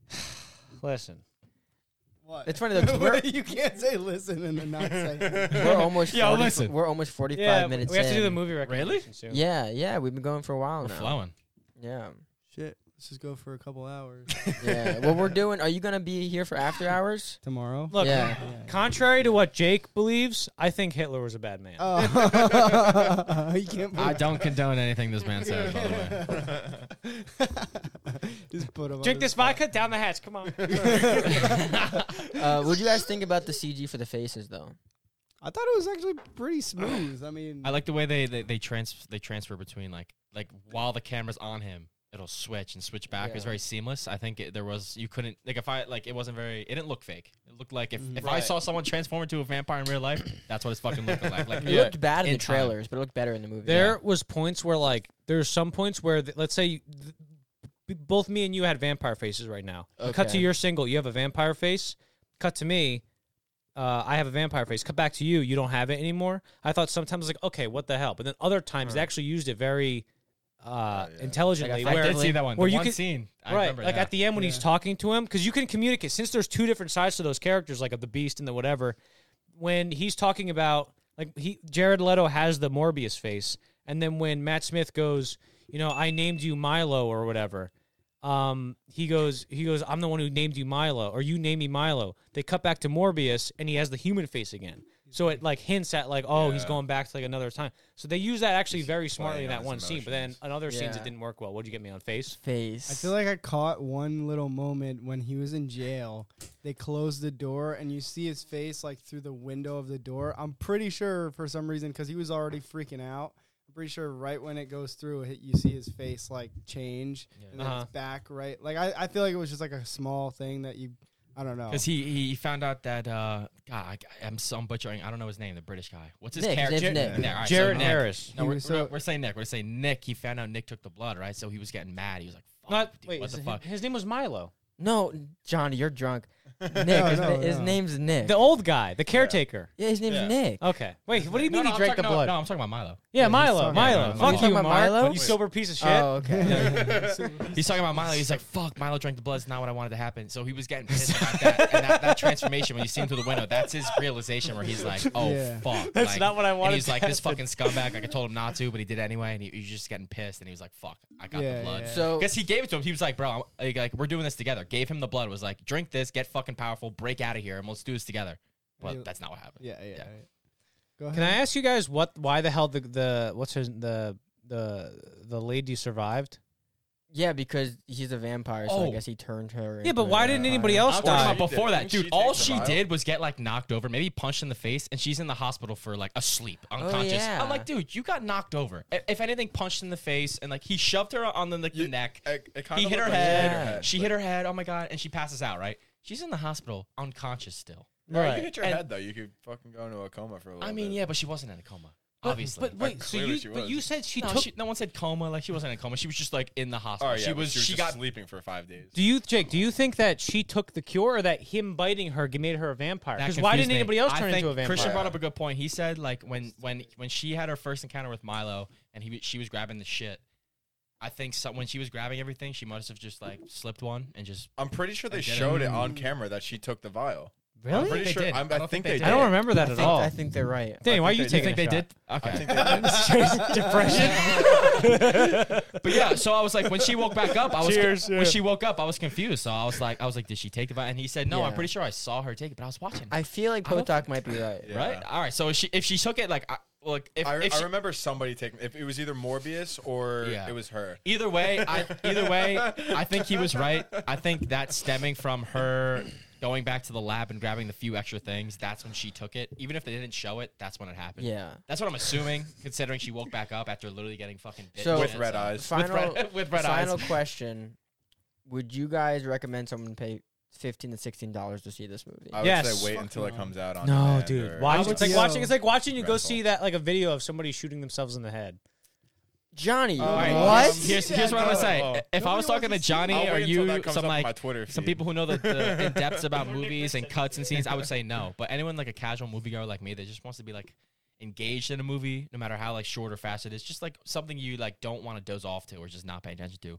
S1: <sighs> listen.
S4: <laughs> What?
S3: it's funny
S4: <laughs>
S3: though. 'cause We're,
S4: you can't say listen and then not say.
S3: <laughs>
S4: it.
S3: we're almost.
S2: Yo,
S3: 40
S2: listen.
S3: We're almost forty-five
S1: Yeah, we have
S3: minutes.
S1: to do the
S3: in.
S1: movie recommendation soon.
S3: Yeah, yeah, we've been going for a while
S2: We're
S3: now.
S2: flowing.
S3: Yeah,
S4: Shit, let's just go for a
S3: <laughs>
S4: couple hours
S1: <laughs>
S3: yeah. what we're doing? Are you gonna be here for after hours?
S4: tomorrow. <laughs>
S1: Look,
S3: Yeah.
S1: contrary to what Jake believes, I think Hitler was a bad
S3: Uh,
S1: man.
S4: Oh, <laughs> you can't. <laughs>
S2: I don't condone anything this man says, by the <laughs> way.
S4: Just put 'em on
S1: Drink
S4: the
S1: this vodka down the hatch. Come
S3: <laughs>
S1: on.
S3: Uh, what do you guys think about the CG for the faces though?
S4: I thought it was actually pretty smooth. I mean,
S2: I like the way they they, they trans they transfer between like like while the camera's on him, it'll switch and switch back. It was
S3: Yeah.
S2: very seamless. I think it, there was you couldn't like if I like it wasn't very it didn't look fake. It looked like if, if I
S5: Right.
S2: saw someone transform into a vampire in real life, that's what it's fucking looking like.
S3: <laughs>
S2: Like
S3: It looked bad in,
S2: in
S3: the
S2: time.
S3: trailers, but it looked better in the movie.
S1: There was points where like there's some points where th- let's say you, th- b- both me and you had vampire faces right now. Cut to
S3: Okay.
S1: your single, you have a vampire face. Cut to me, uh, I have a vampire face. Cut back to you, you don't have it anymore. I thought sometimes like okay, what the hell? But then other times they actually used it very uh,
S3: Oh,
S1: intelligently.
S2: I
S1: where,
S2: did see that one.
S1: where
S2: the
S1: you
S2: one
S1: could-
S2: scene. I
S1: right,
S2: remember
S1: like
S2: that.
S1: at the end when he's talking to him, because you can communicate since there's two different sides to those characters, like of the beast and the whatever. When he's talking about like he Jared Leto has the Morbius face, and then when Matt Smith goes, you know, I named you Milo or whatever. Um, he goes, he goes, I'm the one who named you Milo, or you name me Milo. They cut back to Morbius, and he has the human face again. So it like hints at like, oh, he's
S5: Yeah.
S1: going back to like another time. So they use that actually very smartly in
S5: playing
S1: that
S5: on his
S1: one scene, but then
S5: emotions.
S1: in other scenes it
S3: Yeah.
S1: didn't work well. What'd you get me on face?
S3: face.
S4: I feel like I caught one little moment when he was in jail. They closed the door and you see his face like through the window of the door. I'm pretty sure for some reason because he was already freaking out. I'm pretty sure right when it goes through, it, you see his face like change and then
S1: Uh-huh.
S4: it's back right. Like I, I feel like it was just like a small thing that you, I don't know.
S2: Because he he found out that uh God, I, I'm so I'm butchering. I don't know his name. The British guy. What's his
S3: Nick, his
S2: character?
S3: name's Nick.
S2: all right, so
S1: Jared
S2: Nick.
S1: Harris.
S2: No,
S4: He
S2: we're,
S4: was
S2: we're,
S4: so-
S2: not- we're saying Nick. We're saying Nick. He found out Nick took the blood, right? So he was getting mad. He was like, Fuck,
S1: Not
S2: dude,
S1: wait,
S2: what
S1: is
S2: the
S1: it-
S2: fuck?
S1: His name was Milo.
S3: no, Johnny, you're drunk. Nick, his,
S4: no,
S3: na- his
S4: no.
S3: name's Nick.
S1: The Oh, old guy, the caretaker.
S3: yeah, his name's
S5: Yeah.
S3: Nick.
S1: Okay. Wait, what do you
S2: No,
S1: mean
S2: no,
S1: he
S2: I'm
S1: drank the
S2: talking- no,
S1: blood?
S2: No, I'm talking about Milo.
S1: Yeah,
S4: he's
S1: Milo,
S4: talking
S1: Milo.
S4: about
S1: Fuck
S3: Milo.
S1: you,
S3: Talking about
S1: Mark.
S3: Milo?
S1: You sober piece of shit.
S3: Oh, okay.
S2: He's talking about Milo. He's like, fuck, Milo drank the blood. It's not what I wanted to happen. So he was getting pissed about that. And that, that transformation, when you see him through the window, that's his realization where
S1: <laughs>
S2: he's like, oh,
S4: Yeah.
S2: fuck.
S1: That's
S2: like-
S1: not what I
S2: and
S1: wanted
S2: he's
S1: to
S2: like, this fucking scumbag. Like, I told him not to, but he did it anyway. And he, he was just getting pissed. And he was like, fuck, I got
S4: Yeah,
S2: the blood.
S4: yeah.
S3: So-
S2: Because he gave it to him. He was like, bro, I'm- like, like, we're doing this together. Gave him the blood. Was like, drink this, get fucking powerful, break out of here, and let's do this together.
S4: Yeah.
S2: But that's not what happened.
S4: yeah, yeah.
S2: Yeah.
S4: yeah. Go ahead.
S1: Can I ask you guys what? Why the hell the the what's her the the the lady survived?
S3: Yeah, because he's a vampire, so I
S7: Oh.
S3: guess he turned her.
S7: Yeah,
S3: into
S7: but
S3: a
S7: why didn't anybody
S3: vampire.
S7: else
S2: I'm talking
S7: die?
S2: about before that,
S5: Didn't she
S2: dude. all
S5: take the
S2: she
S5: vial?
S2: did was get like knocked over, maybe punched in the face, and she's in the hospital for like asleep,
S5: Oh,
S2: unconscious.
S3: yeah.
S2: I'm like, dude, you got knocked over. I- If anything, punched in the face, and like he shoved her on the, the
S5: You-
S2: neck.
S5: it- it kinda
S2: he hit
S5: looked
S2: her
S5: like she
S2: head.
S5: hit her head,
S2: She
S5: but-
S2: hit her head. Oh my god, and she passes out. Right? She's in the hospital, unconscious still.
S5: No, you could
S1: Right.
S5: hit your
S2: And-
S5: head though. You could fucking go into a coma for a little.
S2: I mean,
S5: bit.
S2: yeah, but she wasn't in a coma,
S7: But-
S2: obviously.
S7: But wait, so
S5: Clearly
S7: you
S5: she
S7: but
S5: was.
S7: you said she
S2: no,
S7: took.
S2: she- no one said coma. Like she wasn't in a coma. She was just like in the hospital.
S5: Oh yeah,
S2: she
S5: but
S2: was. She,
S5: just
S2: got.
S5: sleeping for five days.
S1: Do you, Jake? Do you think that she took the cure, or that him biting her made her a vampire?
S2: that
S1: Because why didn't
S2: confused me.
S1: anybody else
S2: I
S1: turn
S2: think
S1: into a vampire?
S2: Christian brought up a good point. He said like when when when she had her first encounter with Milo and he she was grabbing the shit. I think so, when she was grabbing everything, she must have just like slipped one and just.
S5: I'm pretty sure they
S2: didn't.
S5: showed it on camera that she took the vial.
S2: Really?
S5: I'm pretty
S2: They
S5: sure.
S2: did.
S5: I'm,
S2: I
S5: I, think
S2: don't think
S5: they.
S2: they
S5: did.
S1: I don't remember that
S3: I
S1: at
S3: think,
S1: all.
S3: I think they're right.
S1: Danny, why are you
S5: think they-
S2: You
S1: taking?
S2: think they
S1: a
S2: did? Okay.
S5: I
S1: <laughs>
S5: think they did.
S1: shot? depression.
S2: <laughs> But yeah, so I was like, when she woke back up, I was
S1: Cheers, yeah.
S2: when she woke up, I was confused. So I was like, I was like, did she take the vial? And he said, no, I'm
S3: Yeah.
S2: pretty sure I saw her take it, but I was watching.
S3: I feel like
S2: I don't
S3: Potok might be right.
S5: Yeah.
S2: Right. All right. So she, if she took it, like, I, like if,
S5: I,
S2: if
S5: I
S2: she-
S5: remember somebody taking. If it was either Morbius or
S2: Yeah.
S5: it was her.
S2: Either way, I either way, I think he was right. I think that stemming from her going back to the lab and grabbing the few extra things, that's when she took it. Even if they didn't show it, that's when it happened.
S3: Yeah.
S2: That's what I'm assuming, considering she woke back up after literally getting fucking bit
S3: So-
S5: with red eyes.
S2: With
S3: Final
S2: red- <laughs> with red
S3: final
S2: eyes.
S3: question: Would you guys recommend someone pay fifteen to sixteen dollars to see this movie?
S5: I would
S1: Yes.
S5: say wait until it comes out on.
S1: No,
S5: demand
S1: dude.
S5: or-
S1: Watch,
S4: would
S1: it's like
S4: say-
S1: watching. It's like watching you go
S5: Dreadful.
S1: see that like a video of somebody shooting themselves in the head.
S3: Johnny,
S5: All right, <laughs>
S3: what?
S5: um,
S2: Here's, here's what I'm gonna say. If I was talking to Johnny
S5: I'll
S2: or
S5: wait until
S2: you,
S5: that comes up
S2: some
S5: on
S2: like
S5: my Twitter
S2: some
S5: feed.
S2: people who know the,
S5: <laughs>
S2: the in depths about movies and cuts and scenes, I would say no. But anyone like a casual moviegoer like me that just wants to be like engaged in a movie, no matter how like short or fast it is, just like something you like don't want to doze off to or just not pay attention to.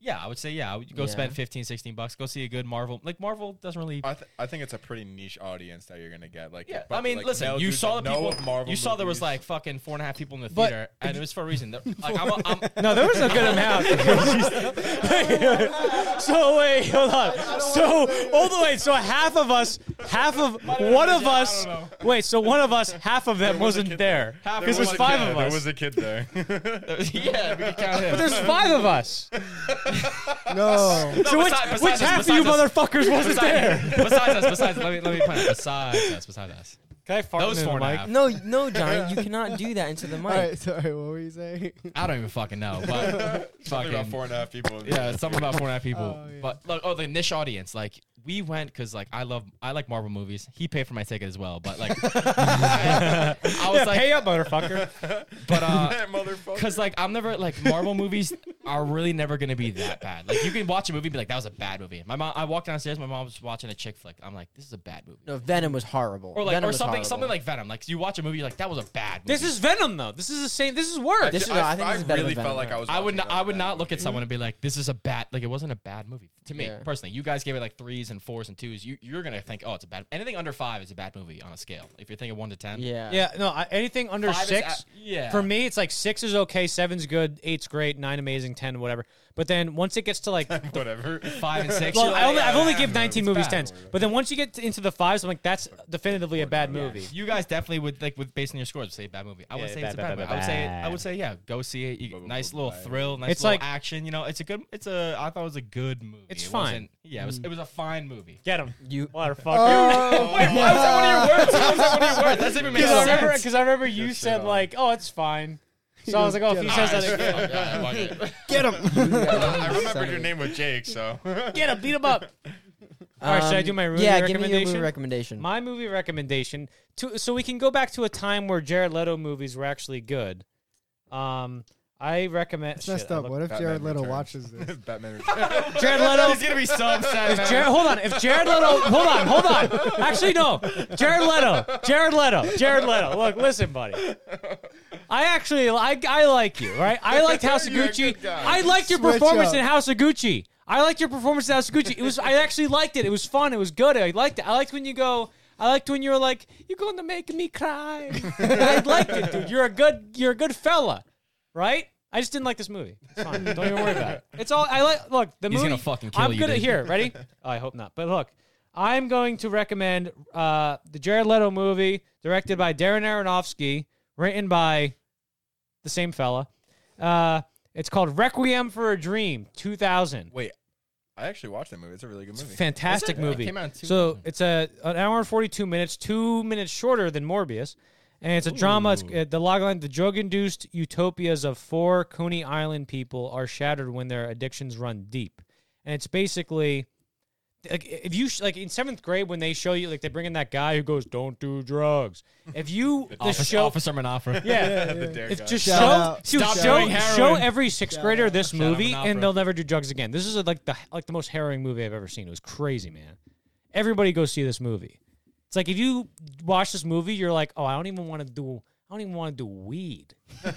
S2: Yeah, I would say yeah. I would go
S3: Yeah.
S2: spend 15, 16 bucks. Go see a good Marvel. Like Marvel doesn't really.
S5: I, th- I think it's a pretty niche audience that you're gonna get. Like,
S2: Yeah,
S5: but,
S2: I mean,
S5: like,
S2: listen,
S5: male
S2: you
S5: dudes
S2: saw the
S5: that know
S2: people.
S5: of Marvel
S2: you saw there was
S5: movies.
S2: like fucking four and a half people in the
S1: But-
S2: theater, and it was for
S1: <laughs>
S2: a reason. Like I'm, a, I'm <laughs>
S1: No, there was a good amount. <laughs> so wait, hold on. So all the way, so half of us, half of one of us. Wait, so one of us, half of them
S5: was a
S1: wasn't
S5: kid
S1: there.
S2: Half
S1: Because
S2: was
S1: there's
S2: a
S1: five
S5: Yeah,
S1: of
S5: there
S1: us.
S5: was a kid there.
S2: yeah, we can count him.
S1: But there's five of us.
S4: No.
S2: No,
S1: So which,
S2: beside-
S1: which
S2: besides us,
S1: half of you
S2: besides us.
S1: motherfuckers wasn't there?
S2: Besides, <laughs> besides us, besides let me let me point out. Besides us, besides us.
S1: Can I fart
S2: Those
S1: into the
S2: four and a
S1: mic?
S2: half.
S3: No, no, Johnny, you cannot do that into the mic.
S4: All right. <laughs> Sorry. What were you saying?
S2: I don't even fucking know, <laughs> but
S5: <laughs> Something about
S2: fucking
S5: four and a half people. in
S2: <laughs> yeah,
S5: the-
S2: something about four and a half people.
S4: Oh, yeah.
S2: But like, oh, the niche audience. Like we went because like I love I like Marvel movies. He paid for my ticket as well, but like I was
S1: Yeah,
S2: like,
S1: pay up, motherfucker.
S2: but
S5: <laughs>
S2: uh,
S5: That motherfucker.
S2: Cause like I'm never like Marvel movies are really never gonna be that bad. Like you can watch a movie and be like that was a bad movie. My mom, I walked downstairs, my mom was watching a chick flick. I'm like this is a bad movie.
S3: No, Venom was horrible.
S2: Or like
S3: Venom
S2: or
S3: was
S2: something
S3: horrible.
S2: something like Venom. Like you watch a movie, you're like that was a bad. movie.
S1: This is Venom, though. This is the same. This is worse.
S3: This is-
S5: I,
S3: I think this is better
S5: really
S3: than
S5: felt
S3: Venom.
S5: like I was.
S2: I would
S5: watching
S2: not.
S5: a
S2: I would
S5: bad
S2: not look
S5: movie.
S2: at someone and be like, "This is a bad." Like it wasn't a bad movie to me
S3: Yeah.
S2: personally. You guys gave it like threes and fours and twos. You you're gonna think, "Oh, it's a bad." Anything under five is a bad movie on a scale. If you're thinking one to ten,
S3: yeah,
S1: yeah, no, I, anything under
S2: Five is
S1: six.
S2: a- yeah.
S1: For me, it's like six is okay, seven's good, eight's great, nine amazing, ten whatever. But then once it gets to
S2: <laughs>
S1: like, well,
S5: <laughs> whatever.
S2: five and six. you're
S1: I
S2: like,
S1: only, I've
S2: "Ah,
S1: only
S2: that
S1: give
S2: movie
S1: nineteen
S2: was
S1: movies
S2: bad."
S1: tens. But then once you get to, into the fives, I'm like, that's definitively a bad movie.
S2: You guys definitely would like with based on your scores would say bad movie. I would
S1: Yeah,
S2: say
S1: bad,
S2: it's a
S1: bad,
S2: bad,
S1: bad,
S2: movie. I would say
S1: bad.
S2: I would say yeah, go see it. You- nice little thrill, nice
S1: It's
S2: little
S1: like-
S2: action. You know, it's a good. It's a. I thought it was a good movie.
S1: It's
S2: It
S1: fine.
S2: wasn't- Yeah, it was.
S5: Mm.
S2: It was a fine movie.
S1: Get him,
S3: You-
S1: <laughs>
S3: Oh,
S1: motherfucker.
S2: Why was that one of your words? How was that one of your words? That doesn't even make
S1: Because I remember,
S2: sense.
S1: because I remember you
S5: Just
S1: said
S5: shut
S1: like, oh, it's fine. So
S3: <laughs>
S1: I was like, oh, if he says
S2: <laughs>
S1: that again,
S4: Get him.
S5: I remembered your name was Jake, so <laughs>
S1: get him, beat him
S3: <laughs>
S1: up. All right, should I
S3: Um,
S1: do my movie
S3: yeah, give me your movie
S1: recommendation?
S3: recommendation.
S1: My movie recommendation to so we can go back to a time where Jared Leto movies were actually good. Um, I recommend.
S4: It's messed
S1: shit, I
S4: up.
S1: looked-
S4: What if
S5: Batman
S4: Jared Leto
S5: Returns.
S1: <laughs>
S4: watches this?
S5: Batman.
S1: Jared Leto?
S2: He's gonna be so upset.
S1: If Jared, hold on. If Jared Leto, hold on, hold on. Actually, no. Jared Leto. Jared Leto. Jared Leto. Look, listen, buddy. I actually, I, I like you, right? I liked
S2: <laughs>
S1: House of
S5: You're a
S1: Gucci.
S5: good guy.
S1: I liked your
S4: Switch
S1: performance
S4: up.
S1: in House of Gucci. I liked your performance in House of Gucci. It was, I actually liked it. It was fun. It was good. I liked it. I liked when you go. I liked when you were like, "You're going to make me
S4: <laughs>
S1: cry." I liked it, dude. You're a good, you're a good fella, right? I just didn't like this movie. It's
S2: <laughs>
S1: fine. Don't even worry about it. It's all I like. Look, the
S2: He's
S1: movie.
S2: gonna fucking kill
S1: I'm
S2: you,
S1: gonna
S2: dude.
S1: here.
S2: <laughs>
S1: Ready? Oh, I hope not. But look, I'm going to recommend uh, the Jared Leto movie, directed by Darren Aronofsky, written by the same fella. Uh, It's called Requiem for a Dream 2000.
S5: Wait, I actually watched that movie. It's a really good
S1: It's a
S5: movie.
S1: fantastic
S2: It
S1: movie.
S2: came out in two-
S1: so it's a an hour and forty two minutes, two minutes shorter than Morbius, and it's a drama. It's, uh, the logline: the drug induced utopias of four Coney Island people are shattered when their addictions run deep, and it's basically. Like if you sh- like in seventh grade when they show you like they bring in that guy who goes don't do drugs. If you the
S2: Officer,
S1: show
S2: Officer Manafra. <laughs>
S1: yeah,
S5: <laughs> the dare
S1: If
S5: guy.
S1: just
S4: Shout
S1: show,
S4: out.
S1: dude,
S2: Stop
S1: show,
S2: doing heroin.
S1: show every sixth grader this
S2: out
S1: movie,
S2: Monopoly.
S1: and they'll never do drugs again. This is uh, like the like the most harrowing movie I've ever seen. It was crazy, man. Everybody go see this movie. It's like if you watch this movie, you're like, oh, I don't even want to do. I don't even want to do weed.
S2: this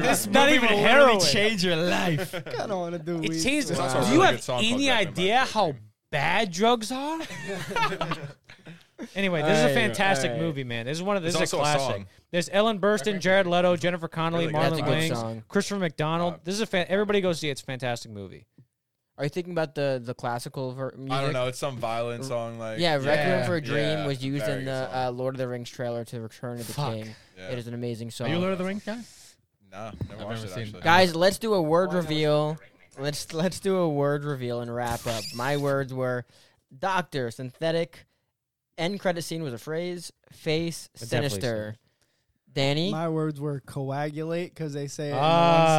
S2: this
S1: Not
S2: movie
S1: even
S2: will
S1: heroin.
S2: literally change your <laughs> life.
S4: I don't want to do
S1: It
S4: weed.
S1: changed.
S5: It's also a
S1: do you
S5: really
S1: have
S5: good song called
S1: any
S5: Requiem by
S1: idea
S5: Monopoly.
S1: how bad drugs
S5: <laughs>
S1: are? anyway, this is a
S3: Alright,
S1: fantastic
S3: alright.
S1: movie, man. This is one of this
S5: There's
S1: is a
S5: also a
S1: classic.
S5: song.
S1: There's Ellen Burstyn, Jared Leto, Jennifer Connelly,
S5: Really good.
S3: That's a
S1: Marlon
S3: good
S1: Wayans,
S3: song.
S1: Christopher McDonald.
S5: Uh,
S1: this is a fan. Everybody go see it. It's a fantastic movie.
S3: Are you thinking about the the classical ver- music?
S5: I don't know. It's some violent song like
S3: Yeah, Requiem
S2: Yeah,
S3: for a Dream
S5: yeah,
S3: was used
S5: very
S3: in
S5: good
S3: the
S5: song.
S3: uh, Lord of the Rings trailer to Return of the
S2: Fuck.
S3: King.
S5: Yeah.
S3: It is an amazing song.
S2: Are you a Lord of the Rings guy?
S5: Nah, never watched
S2: I've never
S5: it
S2: seen-
S5: actually.
S3: Guys, let's do a word reveal. Let's let's do a word reveal and wrap up. My words were doctor, synthetic, end credit scene was a phrase, face,
S1: It's definitely
S3: sinister. Danny,
S4: My words were coagulate because they say it in the one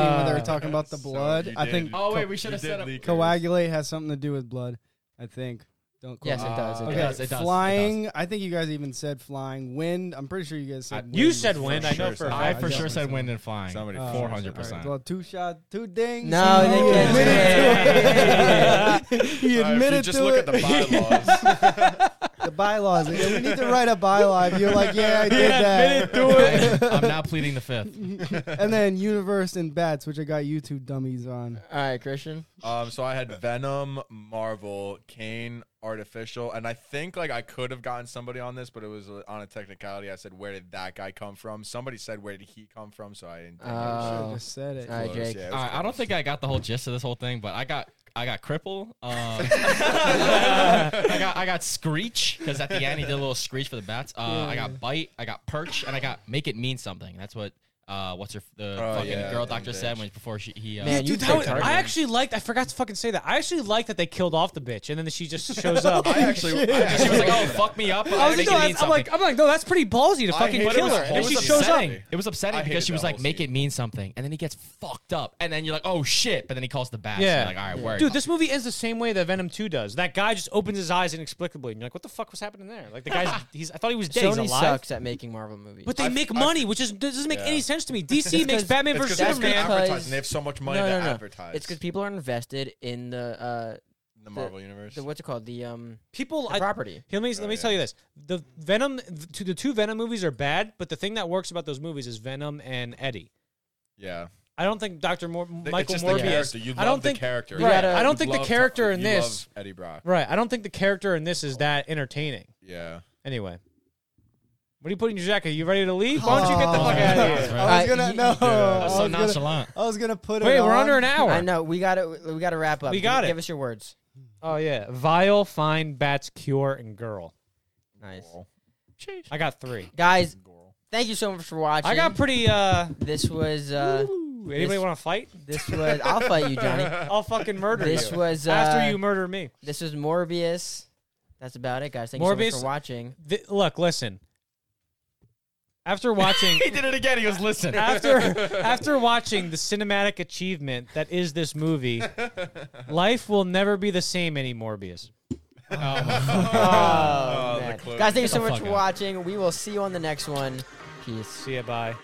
S4: scene where they
S1: Ah.
S4: were talking about the
S5: So
S4: blood.
S5: you
S4: I
S5: did-
S4: think
S2: Oh, wait,
S4: co-
S2: we should
S5: You
S2: have
S5: did
S2: set up.
S5: leak yours.
S4: coagulate has something to do with blood. I think. Don't quote
S3: yes, it
S4: me.
S3: does. It
S4: Okay,
S2: It
S3: does.
S2: does, it does, it
S4: flying. I think you guys even said flying. Wind. I'm pretty sure you guys said.
S1: You
S4: wind.
S1: said wind. I know
S5: sure
S1: for a
S5: said
S2: I
S1: fact.
S2: for
S4: Yeah.
S2: sure said wind and flying.
S5: Somebody
S4: Uh,
S2: four hundred
S4: All right,
S2: percent.
S4: well, two shot, two dings.
S3: No,
S4: he
S3: they can't
S4: admitted <laughs>
S3: say
S4: to it. he
S5: Uh, if you
S4: admitted
S5: just
S4: to it. <laughs>
S5: look at the bylaws.
S4: The bylaws. like, yeah, we need to write a bylaw. If You're like, yeah, I did that.
S2: <laughs> I'm now pleading the fifth.
S4: <laughs> and then universe and bats, which I got you two dummies on.
S3: All right, Christian.
S5: um, so I had Venom, Marvel, Kane, Artificial, and I think like I could have gotten somebody on this, but it was uh, on a technicality. I said, "Where did that guy come from?" Somebody said, "Where did he come from?" So I didn't. think it was
S4: I
S3: Oh.
S4: just said it.
S3: All right,
S5: close.
S3: Jake.
S5: Yeah, it was
S2: All right, I
S5: close.
S2: don't think I got the whole gist of this whole thing, but I got I got cripple.
S5: <laughs>
S2: Um, <laughs> I got I got screech because at the end he did a little screech for the bats. Uh, I got bite. I got perch, and I got make it mean something. That's what uh, what's her the
S5: Oh,
S2: fucking
S5: yeah,
S2: girl
S5: and
S2: doctor said
S5: bitch.
S2: when before she he uh,
S3: Man, you
S1: Dude, that
S3: picked
S1: was-
S3: hard
S1: I
S3: ones.
S1: actually liked. I forgot to fucking say that. I actually liked that they killed off the bitch, and then she
S5: <laughs>
S1: just shows up.
S5: <laughs>
S4: <laughs>
S5: I actually. I actually
S2: she was like, oh fuck me up.
S1: I was
S2: make
S1: like, no,
S2: it mean
S1: that's- I'm like,
S2: something."
S1: I'm like, no, that's pretty ballsy to
S5: I
S1: fucking
S5: hate it
S1: kill
S5: was
S1: her, and
S5: whole
S1: then she
S5: scene.
S1: shows
S5: upsetting.
S1: up.
S2: It was upsetting
S5: I hated
S2: because she was
S5: that
S2: like,
S5: whole
S2: make it
S5: scene.
S2: mean something. And then he gets fucked up. And then you're like, oh shit. But then he calls the bats.
S1: Yeah.
S2: Yeah. like, all right, word.
S1: Dude, this movie ends the same way that Venom 2 does. That guy just opens his eyes inexplicably, and you're like, what the fuck was happening there? Like, the
S5: <laughs>
S1: guy's, he's, I thought he was dead. he's
S3: Sony
S1: alive.
S3: sucks at making Marvel movies.
S1: But they make money, which is, doesn't make
S5: Yeah.
S1: any sense to me. DC makes
S3: 'cause-
S1: Batman
S5: It's
S1: versus
S5: 'cause that's been
S1: Superman.
S3: because-
S5: advertised, and they have so much money
S3: no, no,
S5: to
S3: no.
S5: advertise.
S3: It's because people are invested in the uh,
S5: in the Marvel universe.
S3: the what's it called the um
S1: People,
S3: the
S1: I,
S3: property.
S1: Here, let me, let
S5: Oh,
S1: me tell you this: the Venom, th- to the two Venom movies are bad, but the thing that works about those movies is Venom and Eddie.
S5: yeah,
S1: I don't think Doctor Mor-
S5: The-
S1: Michael
S5: it's just The
S1: Morbius.
S5: character. You love
S1: I don't
S5: the
S1: think
S5: character.
S1: Right.
S3: gotta-
S1: I
S5: You
S1: don't think the
S5: love-
S1: character in
S5: you
S1: this.
S5: love Eddie Brock.
S1: Right. I don't think the character in this is that entertaining.
S5: Yeah.
S1: Anyway. What are you putting in your jacket? You ready to leave? Why don't you get the fuck out of here?
S4: I was
S3: Uh,
S4: gonna
S3: you-
S4: no.
S3: Dude,
S4: I
S2: That's
S4: was
S2: so
S4: gonna-
S2: nonchalant.
S4: I was gonna put it.
S1: Wait, we're
S4: on.
S1: under an hour.
S3: I know we got to we got to wrap up.
S1: We
S3: Give-
S1: got it.
S3: Give us your words.
S1: Oh yeah. Vile, fine, bats, cure, and girl.
S3: Nice.
S1: I got three.
S3: Guys, thank you so much for watching.
S1: I got pretty uh
S3: this was uh
S1: ooh, anybody
S3: this-
S1: wanna fight?
S3: this was I'll fight
S1: <laughs>
S3: you, Johnny.
S1: I'll fucking murder
S3: This
S1: you.
S3: was uh,
S1: after you murder me.
S3: This was Morbius. That's about it, guys. Thank you so
S1: Morbius-
S3: much for watching.
S1: Th- look, listen. After
S2: <laughs>
S1: watching
S2: He did it again. He goes, listen.
S1: after after watching the cinematic achievement that is this movie, life will never be the same anymore, Morbius.
S5: Oh, the
S3: Man.
S5: closure.
S1: Oh,
S3: Guys, thank you so
S2: the
S3: much
S2: fuck
S3: for
S2: out.
S3: watching. We will see you on the next one. Peace.
S1: See ya, bye.